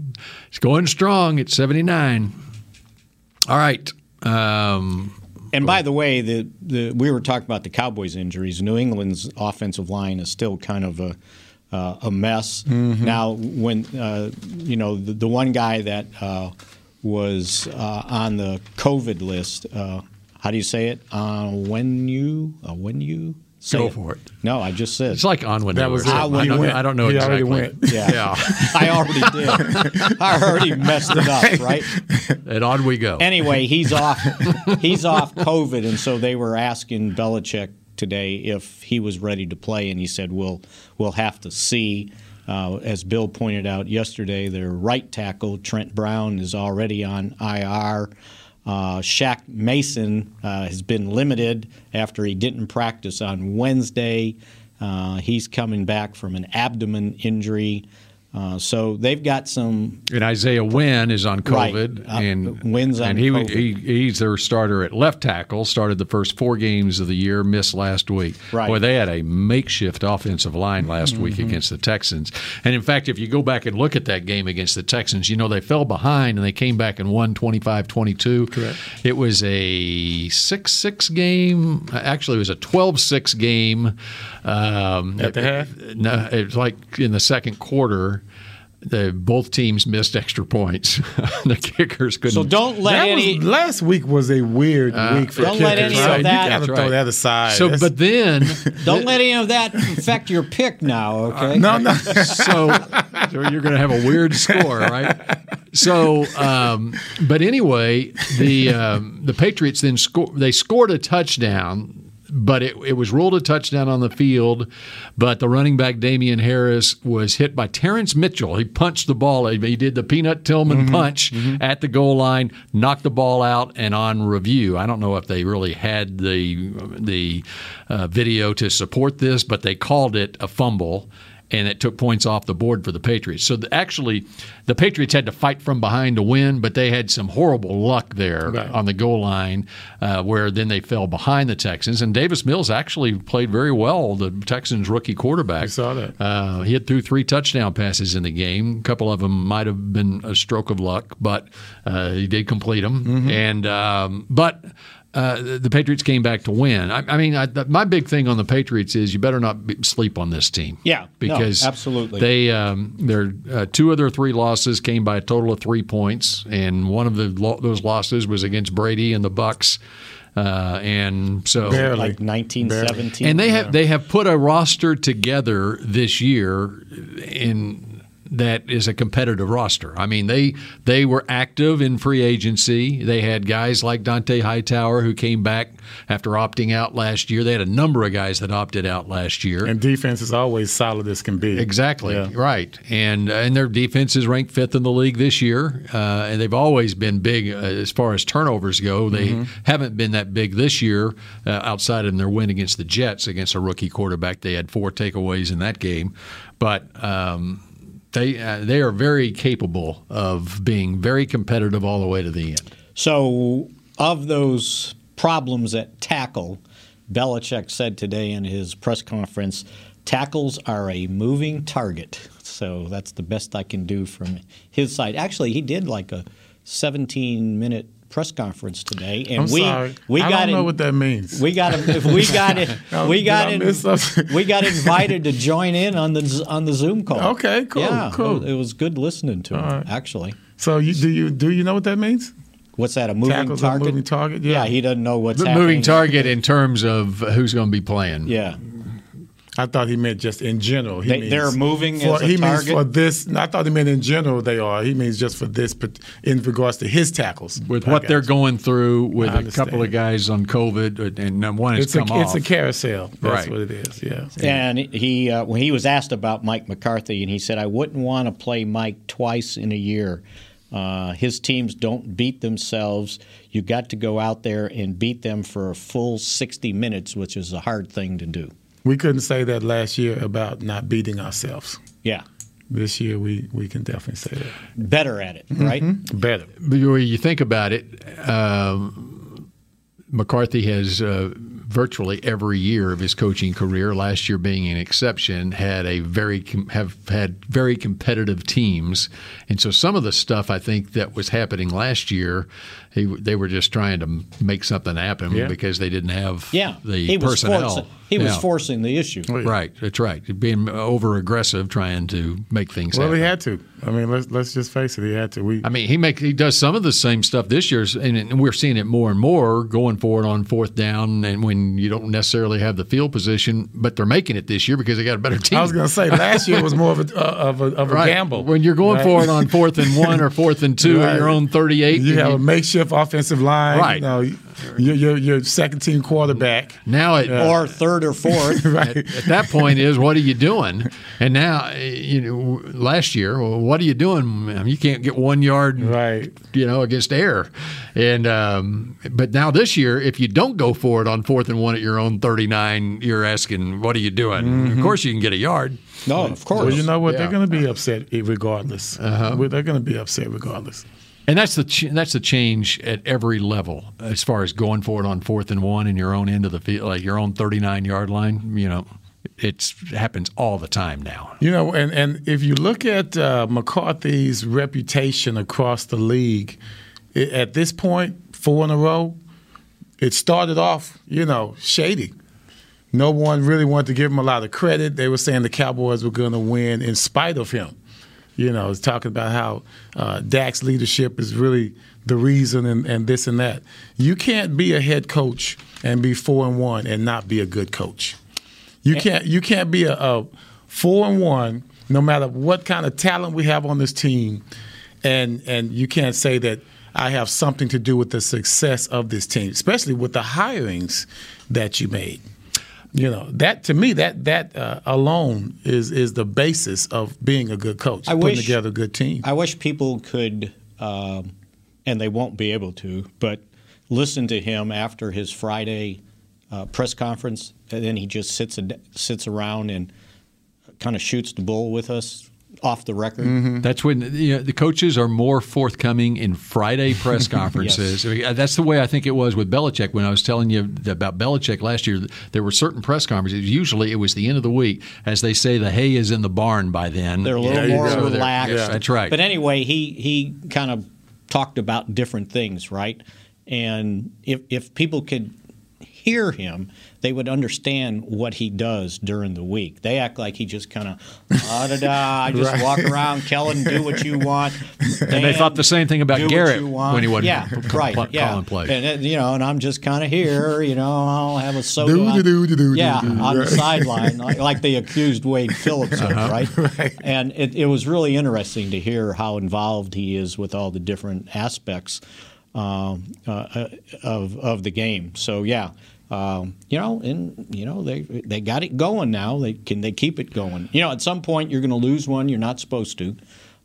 Speaker 2: It's going strong at 79. All right. Um,
Speaker 4: And by the way, the, the we were talking about the Cowboys' injuries. New England's offensive line is still kind of a uh, a mess.
Speaker 2: Mm-hmm.
Speaker 4: Now, when uh, you know the, the one guy that uh, was uh, on the COVID list, uh, how do you say it? Uh, when you uh, when you Say
Speaker 2: Go
Speaker 4: it.
Speaker 2: for it.
Speaker 4: No, I just said
Speaker 2: It's like Onwin.
Speaker 4: That was it.
Speaker 2: I,
Speaker 4: He
Speaker 2: don't,
Speaker 4: went.
Speaker 2: I don't know
Speaker 4: He
Speaker 2: exactly.
Speaker 4: already went. Yeah. I already did. I already messed it up, right?
Speaker 2: And on we go.
Speaker 4: Anyway, he's off. he's off COVID, and so they were asking Belichick today if he was ready to play, and he said, "We'll we'll have to see." Uh, as Bill pointed out yesterday, their right tackle Trent Brown is already on IR. Uh, Shaq Mason uh, has been limited after he didn't practice on Wednesday. Uh, he's coming back from an abdomen injury. Uh, so they've got some
Speaker 2: And Isaiah Wynn is on
Speaker 4: Right.
Speaker 2: COVID,
Speaker 4: Uh,
Speaker 2: and
Speaker 4: Wynn's on
Speaker 2: and he,
Speaker 4: COVID.
Speaker 2: he he's their starter at left tackle. Started the first four games of the year, missed last week.
Speaker 4: Right.
Speaker 2: Boy, they had a makeshift offensive line last week
Speaker 3: Mm-hmm.
Speaker 2: against the Texans. And in fact, if you go back and look at that game against the Texans, you know they fell behind and they came back and won 25-22. Correct. It was a six-six game. Actually, it was a 12-6 game. Um,
Speaker 3: At the
Speaker 2: it-
Speaker 3: half?
Speaker 2: no, it's like in the second quarter, the, both teams missed extra points. the kickers couldn't.
Speaker 4: So don't let
Speaker 3: That was-
Speaker 4: any.
Speaker 3: last week was a weird week for
Speaker 4: Don't let
Speaker 3: kickers,
Speaker 4: any of
Speaker 3: right? You
Speaker 4: that-
Speaker 3: got to
Speaker 4: That's
Speaker 3: throw
Speaker 4: right.
Speaker 3: that aside.
Speaker 2: So,
Speaker 3: That's-
Speaker 2: but then,
Speaker 4: Don't let any of that affect your pick now, okay?
Speaker 3: Uh, no, no.
Speaker 2: so, so you're going to have a weird score, right? So, um, but anyway, the um, the Patriots then score. They scored a touchdown, but it, it was ruled a touchdown on the field. But the running back Damian Harris was hit by Terrence Mitchell. He punched the ball. He he did the Peanut Tillman punch at the goal line, knocked the ball out, and on review. I don't know if they really had the the uh, video to support this, but they called it a fumble and it took points off the board for the Patriots. So the, actually, the Patriots had to fight from behind to win, but they had some horrible luck there on the goal line, uh, where then they fell behind the Texans. And Davis Mills actually played very well, the Texans rookie quarterback. I
Speaker 3: saw that.
Speaker 2: Uh, he had threw three touchdown passes in the game. A couple of them might have been a stroke of luck, but uh, he did complete them.
Speaker 3: Mm-hmm.
Speaker 2: And um, but uh, the the Patriots came back to win. I, I mean, I, th- my big thing on the Patriots is you better not be, sleep on this team.
Speaker 4: Yeah, no,
Speaker 2: because
Speaker 4: absolutely.
Speaker 2: they um, their uh, two of their three losses came by a total of three points, and one of the lo- those losses was against Brady and the Bucks, uh, and so
Speaker 3: Barely.
Speaker 4: Like 1917.
Speaker 2: and they have they have put a roster together this year in that is a competitive roster. I mean, they they were active in free agency. They had guys like Dante Hightower who came back after opting out last year. They had a number of guys that opted out last year.
Speaker 3: and defense is always solid as can be.
Speaker 2: Exactly
Speaker 3: Yeah.
Speaker 2: right, and uh, and their defense is ranked fifth in the league this year, uh, and they've always been big uh, as far as turnovers go. They
Speaker 3: Mm-hmm.
Speaker 2: haven't been that big this year, uh, outside of their win against the Jets against a rookie quarterback. They had four takeaways in that game, but. Um, they, uh, they are very capable of being very competitive all the way to the end.
Speaker 4: So, of those problems at tackle, Belichick said today in his press conference, tackles are a moving target. So that's the best I can do from his side. Actually, he did like a 17 minute press conference today, and
Speaker 3: I'm
Speaker 4: we
Speaker 3: sorry.
Speaker 4: we
Speaker 3: I
Speaker 4: got
Speaker 3: don't know
Speaker 4: in-
Speaker 3: what that means.
Speaker 4: We got if we got it.
Speaker 3: Oh,
Speaker 4: We
Speaker 3: did
Speaker 4: got
Speaker 3: I
Speaker 4: in,
Speaker 3: miss something?
Speaker 4: We got invited to join in on the on the Zoom call.
Speaker 3: Okay, cool,
Speaker 4: Yeah,
Speaker 3: cool.
Speaker 4: It, was good listening to him.
Speaker 3: right.
Speaker 4: Actually,
Speaker 3: so you do you do you know what that means?
Speaker 4: what's that? A moving
Speaker 3: Tackles are
Speaker 4: target?
Speaker 3: moving target,
Speaker 4: Yeah.
Speaker 3: yeah.
Speaker 4: he doesn't know what's
Speaker 2: The
Speaker 4: happening.
Speaker 2: moving target in terms of who's going to be playing.
Speaker 4: Yeah,
Speaker 3: I thought he meant just in general. He
Speaker 4: They- they're moving
Speaker 3: for,
Speaker 4: as a
Speaker 3: he
Speaker 4: target?
Speaker 3: means for this. no, I thought he meant in general they are. He means just for this, but in regards to his tackles.
Speaker 2: With
Speaker 3: I
Speaker 2: what
Speaker 3: got
Speaker 2: they're
Speaker 3: you.
Speaker 2: going through, with
Speaker 3: I
Speaker 2: a couple of
Speaker 3: understand.
Speaker 2: guys on COVID, uh, and one has
Speaker 3: it's a,
Speaker 2: come off.
Speaker 3: it's a carousel. That's
Speaker 2: Right.
Speaker 3: what it is. Yeah.
Speaker 4: and he uh, when he was asked about Mike McCarthy, and he said, "I wouldn't want to play Mike twice in a year. Uh, his teams don't beat themselves. You got to go out there and beat them for a full 60 minutes, which is a hard thing to do."
Speaker 3: We couldn't say that last year about not beating ourselves.
Speaker 4: Yeah,
Speaker 3: This year we we can definitely say that.
Speaker 4: better at it, right?
Speaker 3: Better.
Speaker 2: But when you think about it, um, McCarthy has uh, virtually every year of his coaching career, last year being an exception, had a very com- have had very competitive teams, and so some of the stuff I think that was happening last year he, they were just trying to make something happen
Speaker 4: Yeah.
Speaker 2: because they didn't have
Speaker 4: Yeah,
Speaker 2: the
Speaker 4: he was
Speaker 2: personnel.
Speaker 4: forcing- he was
Speaker 2: Yeah.
Speaker 4: forcing the issue.
Speaker 2: Right, that's right. Being over aggressive, trying to make things
Speaker 3: Well,
Speaker 2: happen.
Speaker 3: he had to. I mean, let's let's just face it. He had to. We
Speaker 2: I mean, he make he does some of the same stuff this year, and and we're seeing it more and more going for it on fourth down, and when you don't necessarily have the field position, but they're making it this year because they got a better team.
Speaker 3: I was gonna say last year was more of a uh, of a, of a
Speaker 2: Right.
Speaker 3: gamble.
Speaker 2: When you're going
Speaker 3: right?
Speaker 2: for it on fourth and one or fourth and two, or
Speaker 3: Right.
Speaker 2: your own thirty-eight,
Speaker 3: You
Speaker 2: and
Speaker 3: have
Speaker 2: you-
Speaker 3: a makeshift offensive line.
Speaker 2: Right.
Speaker 3: You know, your your, your second team quarterback.
Speaker 2: Now it
Speaker 3: Or
Speaker 4: third or fourth.
Speaker 3: right.
Speaker 2: at that point is what are you doing? And now eh, you know last year, well, what are you doing? man? You can't get one yard,
Speaker 3: right?
Speaker 2: You know against air, and um, but now this year, if you don't go for it on fourth and one at your own thirty nine, you're asking what are you doing? Of
Speaker 3: Mhm.
Speaker 2: course, you can get a yard.
Speaker 4: No, of
Speaker 3: Well, you know what? They're
Speaker 2: Yeah. Uh-huh.
Speaker 3: going to be upset eh, regardless. Well, They're going to be upset regardless.
Speaker 2: And that's the ch- that's the change at every level as far as going for it on fourth and one in your own end of the field, like your own thirty nine yard line. You know, it's happens all the time now.
Speaker 3: You know, and, and if you look at uh, McCarthy's reputation across the league, i at this point, four in a row, it started off, you know, shady. No one really wanted to give him a lot of credit. They were saying the Cowboys were going to win in spite of him. You know, it's talking about how uh, Dak's leadership is really the reason and, and this and that. You can't be a head coach and be four and one and not be a good coach. You can't you can't be a, a four and one, no matter what kind of talent we have on this team, and and you can't say that I have something to do with the success of this team, especially with the hirings that you made. You know that to me that that uh, alone is is the basis of being a good coach,
Speaker 4: I
Speaker 3: putting
Speaker 4: wish-
Speaker 3: together a good team.
Speaker 4: I wish people could, um, and they won't be able to, but listen to him after his Friday uh, press conference, and then he just sits and sits around and kind of shoots the bull with us off the record.
Speaker 3: Mm-hmm.
Speaker 2: That's when you know, the coaches are more forthcoming in Friday press conferences. Uh, That's the way I think it was with Belichick when I was telling you th- about Belichick last year. There were certain press conferences. Usually it was the end of the week. As they say, the hay is in the barn by then.
Speaker 4: They're a little
Speaker 2: Yeah,
Speaker 4: more
Speaker 2: so they're-
Speaker 4: relaxed.
Speaker 2: yeah, that's right.
Speaker 4: But anyway, he he kind of talked about different things, right? And if if people could hear him, they would understand what he does during the week. They act like he just kind of da da da. I just
Speaker 2: Right.
Speaker 4: walk around, Kellen, do what you want.
Speaker 2: and they
Speaker 4: Dan,
Speaker 2: thought the same thing
Speaker 4: do
Speaker 2: about
Speaker 4: what
Speaker 2: Garrett
Speaker 4: you want.
Speaker 2: when he wasn't
Speaker 4: yeah,
Speaker 2: p-
Speaker 4: right,
Speaker 2: pl-
Speaker 4: yeah.
Speaker 2: calling plays.
Speaker 4: And it- you know, and I'm just kind of here. You know, I'll have a soda.
Speaker 3: Do,
Speaker 4: on-
Speaker 3: do, do, do, do,
Speaker 4: yeah,
Speaker 3: do, do,
Speaker 4: on the
Speaker 3: right.
Speaker 4: sideline, like, like they accused Wade Phillips of,
Speaker 3: Uh-huh.
Speaker 4: right? And it, it was really interesting to hear how involved he is with all the different aspects um, uh, uh, of of the game. So yeah. Um, you know, and you know they they got it going now. They can they keep it going. You know, at some point you're going to lose one. You're not supposed to.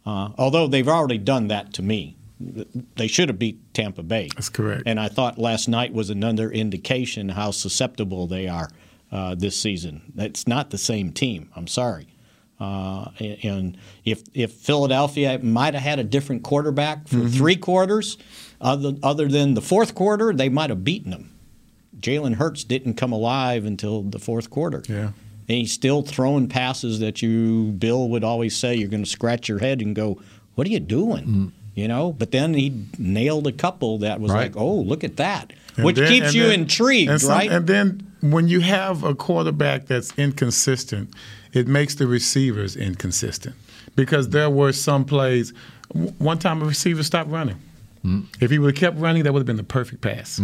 Speaker 4: Uh, although they've already done that to me. They should have beat Tampa Bay. That's
Speaker 3: correct.
Speaker 4: And I thought last night was another indication how susceptible they are uh, this season. It's not the same team. I'm sorry. Uh, and- and if if Philadelphia might have had a different quarterback for
Speaker 11: Mhm.
Speaker 4: three quarters, other other than the fourth quarter, they might have beaten them. Jalen Hurts didn't come alive until the fourth quarter. Yeah. And he's still throwing passes that you, Bill would always say, you're going to scratch your head and go, what are you doing? You know, but then he nailed a couple that was
Speaker 3: Right.
Speaker 4: like, oh, look at that,
Speaker 3: And
Speaker 4: which
Speaker 3: then-
Speaker 4: keeps
Speaker 3: and
Speaker 4: you
Speaker 3: then-
Speaker 4: intrigued,
Speaker 3: and some-
Speaker 4: right?
Speaker 3: And then when you have a quarterback that's inconsistent, it makes the receivers inconsistent because there were some plays. w- One time a receiver stopped running. If he would have kept running, that would have been the perfect pass.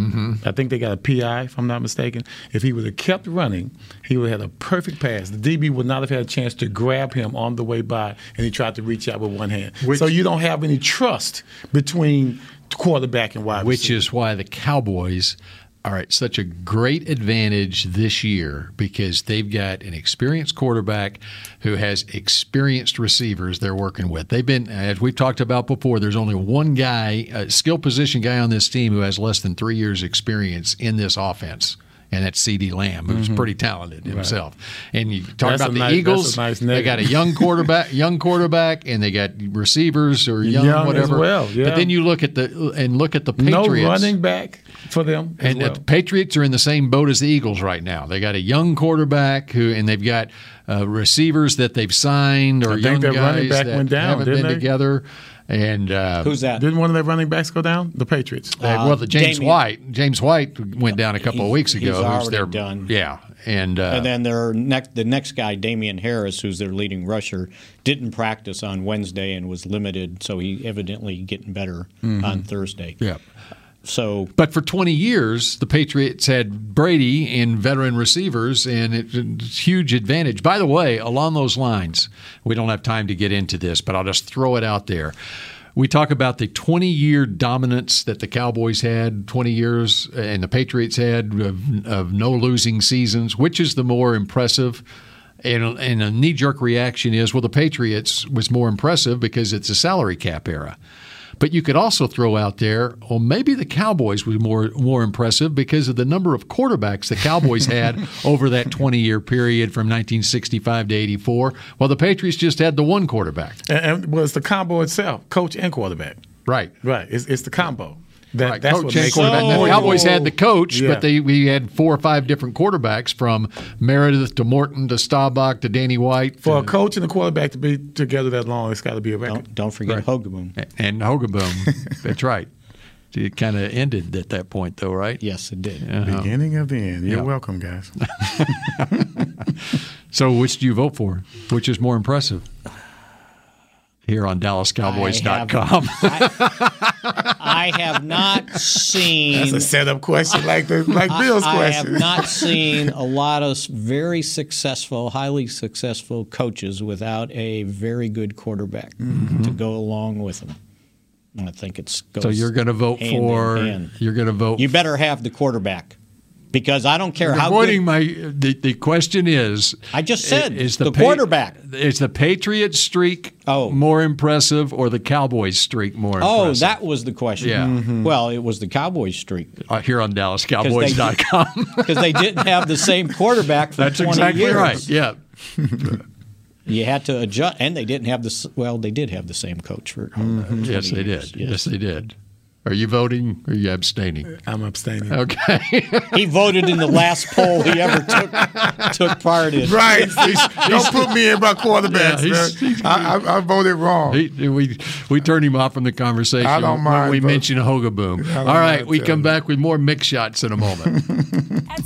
Speaker 3: I think they got a PI, if I'm not mistaken. If he would have kept running, he would have had a perfect pass. The DB would not have had a chance to grab him on the way by, and he tried to reach out with one hand. so you don't have any trust between quarterback and wide
Speaker 2: which is why the Cowboys are at such a great advantage this year because they've got an experienced quarterback who has experienced receivers they're working with. They've been, as we've talked about before, there's only one guy, a skill position guy on this team who has less than three years' experience in this offense. And that's C.D. Lamb, who's
Speaker 3: Mhm.
Speaker 2: pretty talented
Speaker 3: Right.
Speaker 2: himself. And you talk
Speaker 3: That's a
Speaker 2: about the
Speaker 3: nice- that's a
Speaker 2: Eagles;
Speaker 3: nice
Speaker 2: they got a
Speaker 3: negative.
Speaker 2: young quarterback, young quarterback, and they got receivers or young,
Speaker 3: Young as
Speaker 2: whatever.
Speaker 3: well, yeah.
Speaker 2: But then you look at the and look at the
Speaker 3: No
Speaker 2: Patriots.
Speaker 3: running back for them. as
Speaker 2: And
Speaker 3: well.
Speaker 2: the Patriots are in the same boat as the Eagles right now. They got a young quarterback who, and they've got uh, receivers that they've signed or
Speaker 3: I think
Speaker 2: young
Speaker 3: their
Speaker 2: guys
Speaker 3: running back
Speaker 2: that
Speaker 3: went down,
Speaker 2: haven't
Speaker 3: didn't
Speaker 2: been
Speaker 3: they?
Speaker 2: together. And uh,
Speaker 4: Who's that?
Speaker 3: Didn't one of their running backs go down? The Patriots.
Speaker 2: Uh, well, the James White. James White went down a couple of
Speaker 4: He's-
Speaker 2: weeks
Speaker 4: he's
Speaker 2: ago. who's
Speaker 4: already
Speaker 2: their-
Speaker 4: done.
Speaker 2: Yeah, and, uh,
Speaker 4: and then their next, the next guy, Damian Harris, who's their leading rusher, didn't practice on Wednesday and was limited, so he evidently getting better
Speaker 3: Mm-hmm.
Speaker 2: Mhm.
Speaker 4: on Thursday.
Speaker 2: yeah.
Speaker 4: So,
Speaker 2: but for 20 years, the Patriots had Brady and veteran receivers, and it- it's a huge advantage. By the way, along those lines, we don't have time to get into this, but I'll just throw it out there. We talk about the 20 year dominance that the Cowboys had, 20 years, uh, and the Patriots had of, of no losing seasons. Which is the more impressive? And, and a knee jerk reaction is, well, the Patriots was more impressive because it's a salary cap era. But you could also throw out there, well, maybe the Cowboys was more more impressive because of the number of quarterbacks the Cowboys had over that 20 year period from 1965 to 84, while the Patriots just had the one quarterback.
Speaker 3: And, and well, it's the combo itself, coach and quarterback.
Speaker 2: Right.
Speaker 3: Right. It's, it's the combo. That, That's
Speaker 2: coach
Speaker 3: what
Speaker 2: and
Speaker 3: makes it
Speaker 2: quarterback.
Speaker 3: more
Speaker 2: the Cowboys
Speaker 3: unique.
Speaker 2: had the coach,
Speaker 3: Yeah.
Speaker 2: but they we had four or five different quarterbacks from Meredith to Morton to Staubach to Danny White.
Speaker 3: for a coach and a quarterback to be together that long, it's got to be a record.
Speaker 4: Don't, forget Hogaboom.
Speaker 2: And Hogaboom. That's right. It kind of ended at that point, though, right?
Speaker 4: Yes, it did.
Speaker 3: Beginning of the end. You're
Speaker 2: Yeah.
Speaker 3: welcome, guys.
Speaker 2: So, which do you vote for? Which is more impressive? Here on DallasCowboys.com.
Speaker 4: I have not seen.
Speaker 3: That's a setup question, like the like
Speaker 4: I-
Speaker 3: Bill's
Speaker 4: I have
Speaker 3: question.
Speaker 4: not seen a lot of s- very successful, highly successful coaches without a very good quarterback
Speaker 3: Mm-hmm.
Speaker 4: to go along with them. And I think it's goes
Speaker 2: So you're going to vote
Speaker 4: hand in
Speaker 2: for
Speaker 4: hand.
Speaker 2: you're going to vote.
Speaker 4: You better have the quarterback because I don't care
Speaker 2: You're
Speaker 4: how
Speaker 2: avoiding
Speaker 4: good.
Speaker 2: my the, the question is.
Speaker 4: I just said,
Speaker 2: is
Speaker 4: the quarterback.
Speaker 2: is the Patriots streak more impressive or the Cowboys streak more
Speaker 4: Oh,
Speaker 2: impressive?
Speaker 4: that was the question.
Speaker 2: Yeah.
Speaker 3: Mm-hmm.
Speaker 2: Mhm.
Speaker 4: Well, it was the Cowboys streak
Speaker 2: Uh, here on
Speaker 4: because they,
Speaker 2: DallasCowboys.com.
Speaker 4: because they didn't have the same quarterback for
Speaker 2: That's
Speaker 4: 20
Speaker 2: exactly
Speaker 4: years.
Speaker 2: right. Yeah.
Speaker 4: You had to adjust, and they didn't have this. Well, they did have the same coach for.
Speaker 3: Mm-hmm.
Speaker 4: uh, 20
Speaker 2: Yes, they
Speaker 4: years.
Speaker 2: did. Yes, they did. Are you voting or are you abstaining?
Speaker 3: I'm abstaining.
Speaker 2: Okay.
Speaker 4: He voted in the last poll he ever took took part in.
Speaker 3: Right. Don't put me in my quarterbacks.
Speaker 2: Yeah, he's-
Speaker 3: man. I, I, I voted wrong.
Speaker 2: He- we we turn him off from the conversation.
Speaker 3: I
Speaker 2: When
Speaker 3: don't mind,
Speaker 2: we
Speaker 3: but-
Speaker 2: mention Hogaboom.
Speaker 3: I
Speaker 2: All
Speaker 3: don't
Speaker 2: right,
Speaker 3: mind
Speaker 2: we come
Speaker 3: telling
Speaker 2: back with more mix shots in a moment.
Speaker 11: At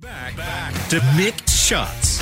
Speaker 10: to mix shots.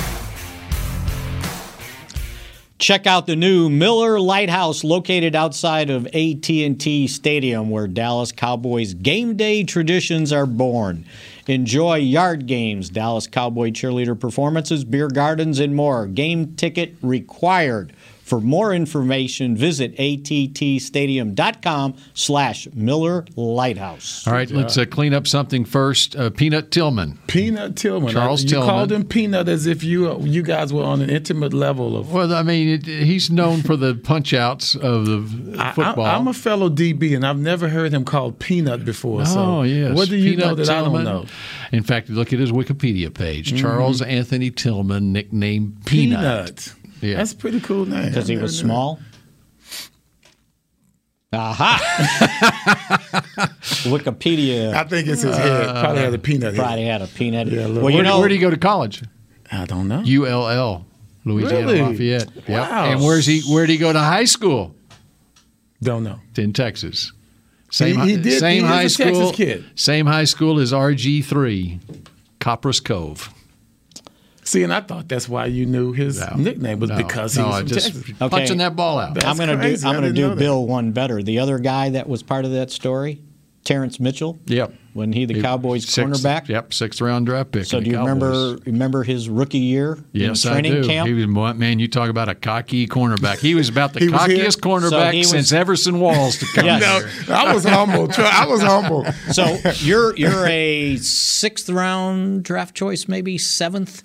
Speaker 4: Check out the new Miller Lighthouse located outside of AT&T Stadium where Dallas Cowboys game day traditions are born. Enjoy yard games, Dallas Cowboy cheerleader performances, beer gardens and more. Game ticket required. For more information, visit attstadium.com slash Miller Lighthouse.
Speaker 2: All right, let's uh, clean up something first. Uh, Peanut Tillman.
Speaker 3: Peanut Tillman. Uh,
Speaker 2: Charles
Speaker 3: you
Speaker 2: Tillman.
Speaker 3: called him Peanut as if you uh, you guys were on an intimate level of
Speaker 2: Well, I mean, it, he's known for the punch outs of the
Speaker 3: I-
Speaker 2: football.
Speaker 3: I, am a fellow DB, and I've never heard him called Peanut before. so
Speaker 2: oh, yes.
Speaker 3: what do you
Speaker 2: Peanut
Speaker 3: know that
Speaker 2: Tillman.
Speaker 3: I don't know?
Speaker 2: In fact, look at his Wikipedia page.
Speaker 3: Mhm.
Speaker 2: Charles Anthony Tillman, nicknamed Peanut.
Speaker 3: Peanut.
Speaker 2: Yeah.
Speaker 3: That's a pretty cool name.
Speaker 4: Because he
Speaker 3: I
Speaker 4: was
Speaker 3: never knew
Speaker 4: small? Aha! Wikipedia.
Speaker 3: I think it's his head.
Speaker 2: Uh,
Speaker 3: Probably had a peanut head.
Speaker 4: Probably had a peanut head.
Speaker 3: Yeah,
Speaker 4: well, you
Speaker 2: where,
Speaker 4: know,
Speaker 2: where did he go to college?
Speaker 3: I don't know.
Speaker 2: ULL, Louisiana
Speaker 3: Really?
Speaker 2: Lafayette. Yep.
Speaker 3: Wow.
Speaker 2: And where's he? Where did he go to high school?
Speaker 3: Don't know.
Speaker 2: In Texas. Same,
Speaker 3: He- he did-
Speaker 2: same
Speaker 3: he is
Speaker 2: high
Speaker 3: a
Speaker 2: school.
Speaker 3: Texas kid.
Speaker 2: Same high school as RG three, Copperas Cove.
Speaker 3: it. See, and I thought that's why you knew his nickname was
Speaker 2: No.
Speaker 3: because he
Speaker 2: No,
Speaker 3: was
Speaker 2: I
Speaker 3: from
Speaker 2: just-
Speaker 3: Texas.
Speaker 2: Okay. punching that ball out.
Speaker 3: That's
Speaker 4: I'm gonna
Speaker 3: crazy.
Speaker 4: do. I'm
Speaker 3: I
Speaker 4: gonna
Speaker 3: didn't know
Speaker 4: do
Speaker 3: that.
Speaker 4: Bill one better. The other guy that was part of that story, Terrence Mitchell.
Speaker 2: Yep.
Speaker 4: When he the Cowboys
Speaker 2: Sixth-
Speaker 4: cornerback.
Speaker 2: Yep, sixth round draft pick.
Speaker 4: So
Speaker 2: in
Speaker 4: do
Speaker 2: the
Speaker 4: you remember
Speaker 2: Cowboys.
Speaker 4: remember his rookie year
Speaker 2: Yes,
Speaker 4: in
Speaker 2: I
Speaker 4: training
Speaker 2: do.
Speaker 4: camp?
Speaker 2: He was one- man. You talk about a cocky cornerback. He was about the
Speaker 4: He was here.
Speaker 2: cockiest
Speaker 4: So
Speaker 2: cornerback
Speaker 4: he was-
Speaker 2: since Everson Walls to come.
Speaker 4: Yes.
Speaker 2: here.
Speaker 3: I was humble. Tr- I was humble.
Speaker 4: So you're you're a sixth round draft choice, maybe seventh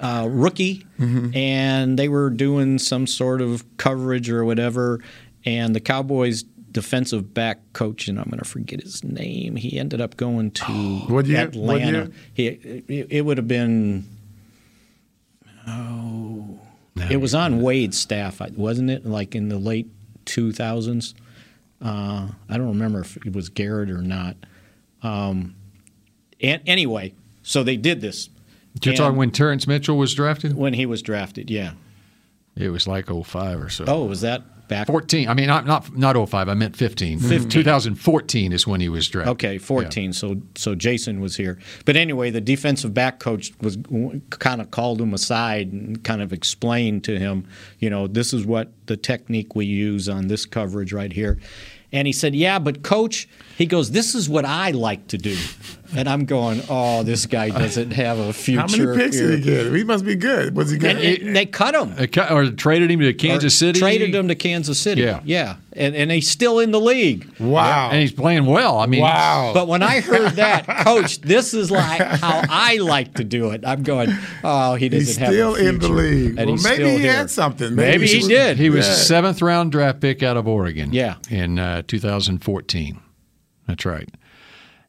Speaker 4: uh, rookie, and they were doing some sort of coverage or whatever, and the Cowboys defensive back coach and I'm going to forget his name. He ended up going to
Speaker 3: What year? What
Speaker 4: Atlanta.
Speaker 3: year?
Speaker 4: He, it, it would have been oh, it was on Wade's staff, I- wasn't it? Like in the late 2000s. Uh, I don't remember if it was Garrett or not. Um, and anyway, so they did this.
Speaker 2: You're
Speaker 4: And
Speaker 2: talking when Terrence Mitchell was drafted?
Speaker 4: when he was drafted, yeah.
Speaker 2: It was like 05 or so.
Speaker 4: Oh, was that back?
Speaker 2: 14. I mean, not not not 05. I meant 15.
Speaker 4: 15.
Speaker 2: 2014 is when he was drafted.
Speaker 4: Okay, 14. So so Jason was here. But anyway, the defensive back coach was kind of called him aside and kind of explained to him, you know, this is what the technique we use on this coverage right here. And he said, "Yeah, but coach, he goes, this is what I like to do." And I'm going, "Oh, this guy doesn't have a future."
Speaker 3: How many picks did he
Speaker 4: here."
Speaker 3: get? He must be good. Was he good?
Speaker 4: And, and they cut him.
Speaker 2: They cut- Or traded him to Kansas
Speaker 4: Or
Speaker 2: City.
Speaker 4: Traded him to Kansas City.
Speaker 2: Yeah.
Speaker 4: Yeah. And, and he's still in the league.
Speaker 3: Wow.
Speaker 2: And he's playing well. I mean,
Speaker 4: But when I heard that, coach, this is like how I like to do it. I'm going, oh, he doesn't
Speaker 3: He's
Speaker 4: have a
Speaker 3: still in the
Speaker 4: future.
Speaker 3: league.
Speaker 4: And
Speaker 3: Well,
Speaker 4: he's
Speaker 3: maybe
Speaker 4: still
Speaker 3: he
Speaker 4: here.
Speaker 3: had something.
Speaker 4: Maybe, he, did.
Speaker 2: He was a
Speaker 4: Yeah.
Speaker 2: seventh round draft pick out of Oregon.
Speaker 4: Yeah.
Speaker 2: In uh, 2014. That's right.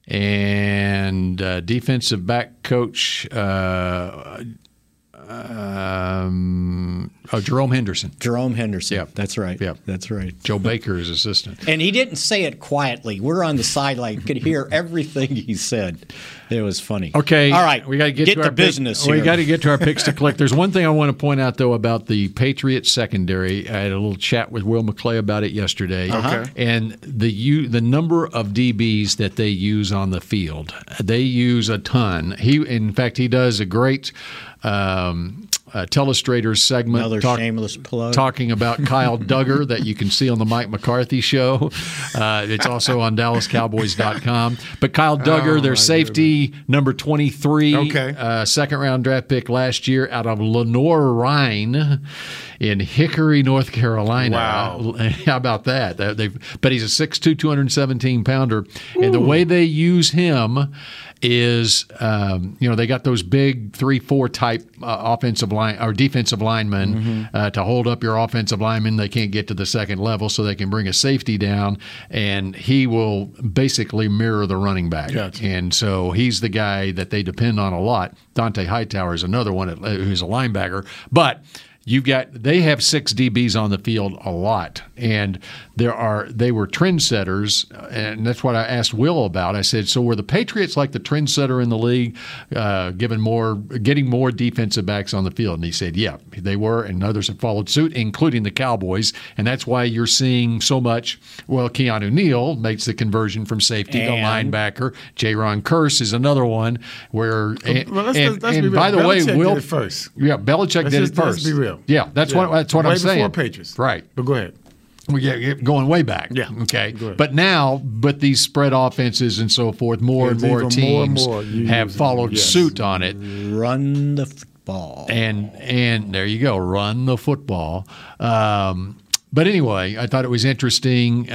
Speaker 2: And uh, defensive back coach, uh, um, oh, Jerome Henderson.
Speaker 4: Jerome Henderson.
Speaker 2: Yep.
Speaker 4: That's right.
Speaker 2: Yep.
Speaker 4: That's right.
Speaker 2: Joe Baker, his assistant.
Speaker 4: And he didn't say it quietly. We're on the sideline, could hear everything he said. It was funny.
Speaker 2: Okay.
Speaker 4: All right.
Speaker 2: We got to get, to
Speaker 4: the
Speaker 2: our pick-
Speaker 4: business.
Speaker 2: We
Speaker 4: here.
Speaker 2: got to get to our picks to click. There's one thing I want to point out though about the Patriots secondary. I had a little chat with Will McClay about it yesterday.
Speaker 3: Uh-huh.
Speaker 2: And the you the number of DBs that they use on the field, they use a ton. He in fact he does a great. Um, uh, Telestrator's segment
Speaker 4: Another
Speaker 2: talk-
Speaker 4: shameless plug.
Speaker 2: talking about Kyle Duggar that you can see on the Mike McCarthy show. Uh, it's also on DallasCowboys.com. But Kyle Duggar,
Speaker 3: Oh,
Speaker 2: their
Speaker 3: my
Speaker 2: safety, number 23,
Speaker 3: Okay.
Speaker 2: uh, second round draft pick last year out of Lenore Rhine in Hickory, North Carolina.
Speaker 3: Wow.
Speaker 2: How about that? That- they've- but he's a 6'2, 217 pounder. And the way they use him is, um, you know, they got those big 3 4 type uh, offensive line or defensive linemen uh, to hold up your offensive linemen. They can't get to the second level, so they can bring a safety down, and he will basically mirror the running back.
Speaker 3: Gotcha.
Speaker 2: And so he's the guy that they depend on a lot. Dante Hightower is another one uh, who's a linebacker, but. You've got they have six DBs on the field a lot, and there are they were trendsetters, and that's what I asked Will about. I said, so were the Patriots like the trendsetter in the league, uh, given more getting more defensive backs on the field? And he said, yeah, they were, and others have followed suit, including the Cowboys, and that's why you're seeing so much. Well, Keanu Neal makes the conversion from safety
Speaker 3: And-
Speaker 2: to linebacker. J. Ron Curse is another one where, and,
Speaker 3: Well, let's-
Speaker 2: and-
Speaker 3: let's be
Speaker 2: and
Speaker 3: real.
Speaker 2: by the way,
Speaker 3: Belichick did
Speaker 2: Will
Speaker 3: it first.
Speaker 2: Yeah, Belichick
Speaker 3: Let's
Speaker 2: did
Speaker 3: just-
Speaker 2: it 1st
Speaker 3: let's be real.
Speaker 2: Yeah, that's
Speaker 3: Yeah.
Speaker 2: what that's what
Speaker 3: Way
Speaker 2: I'm saying.
Speaker 3: before Patriots.
Speaker 2: right?
Speaker 3: But go ahead.
Speaker 2: We get- get going way back. Yeah. Okay. But now, but these spread offenses and so forth, more and
Speaker 4: It's
Speaker 2: more
Speaker 4: even more and
Speaker 2: teams
Speaker 4: more you
Speaker 2: have
Speaker 4: use it.
Speaker 2: followed
Speaker 4: Yes.
Speaker 2: suit on it.
Speaker 4: Run the football.
Speaker 2: And and there you go, run the football. Um, but anyway, I thought it was interesting, uh,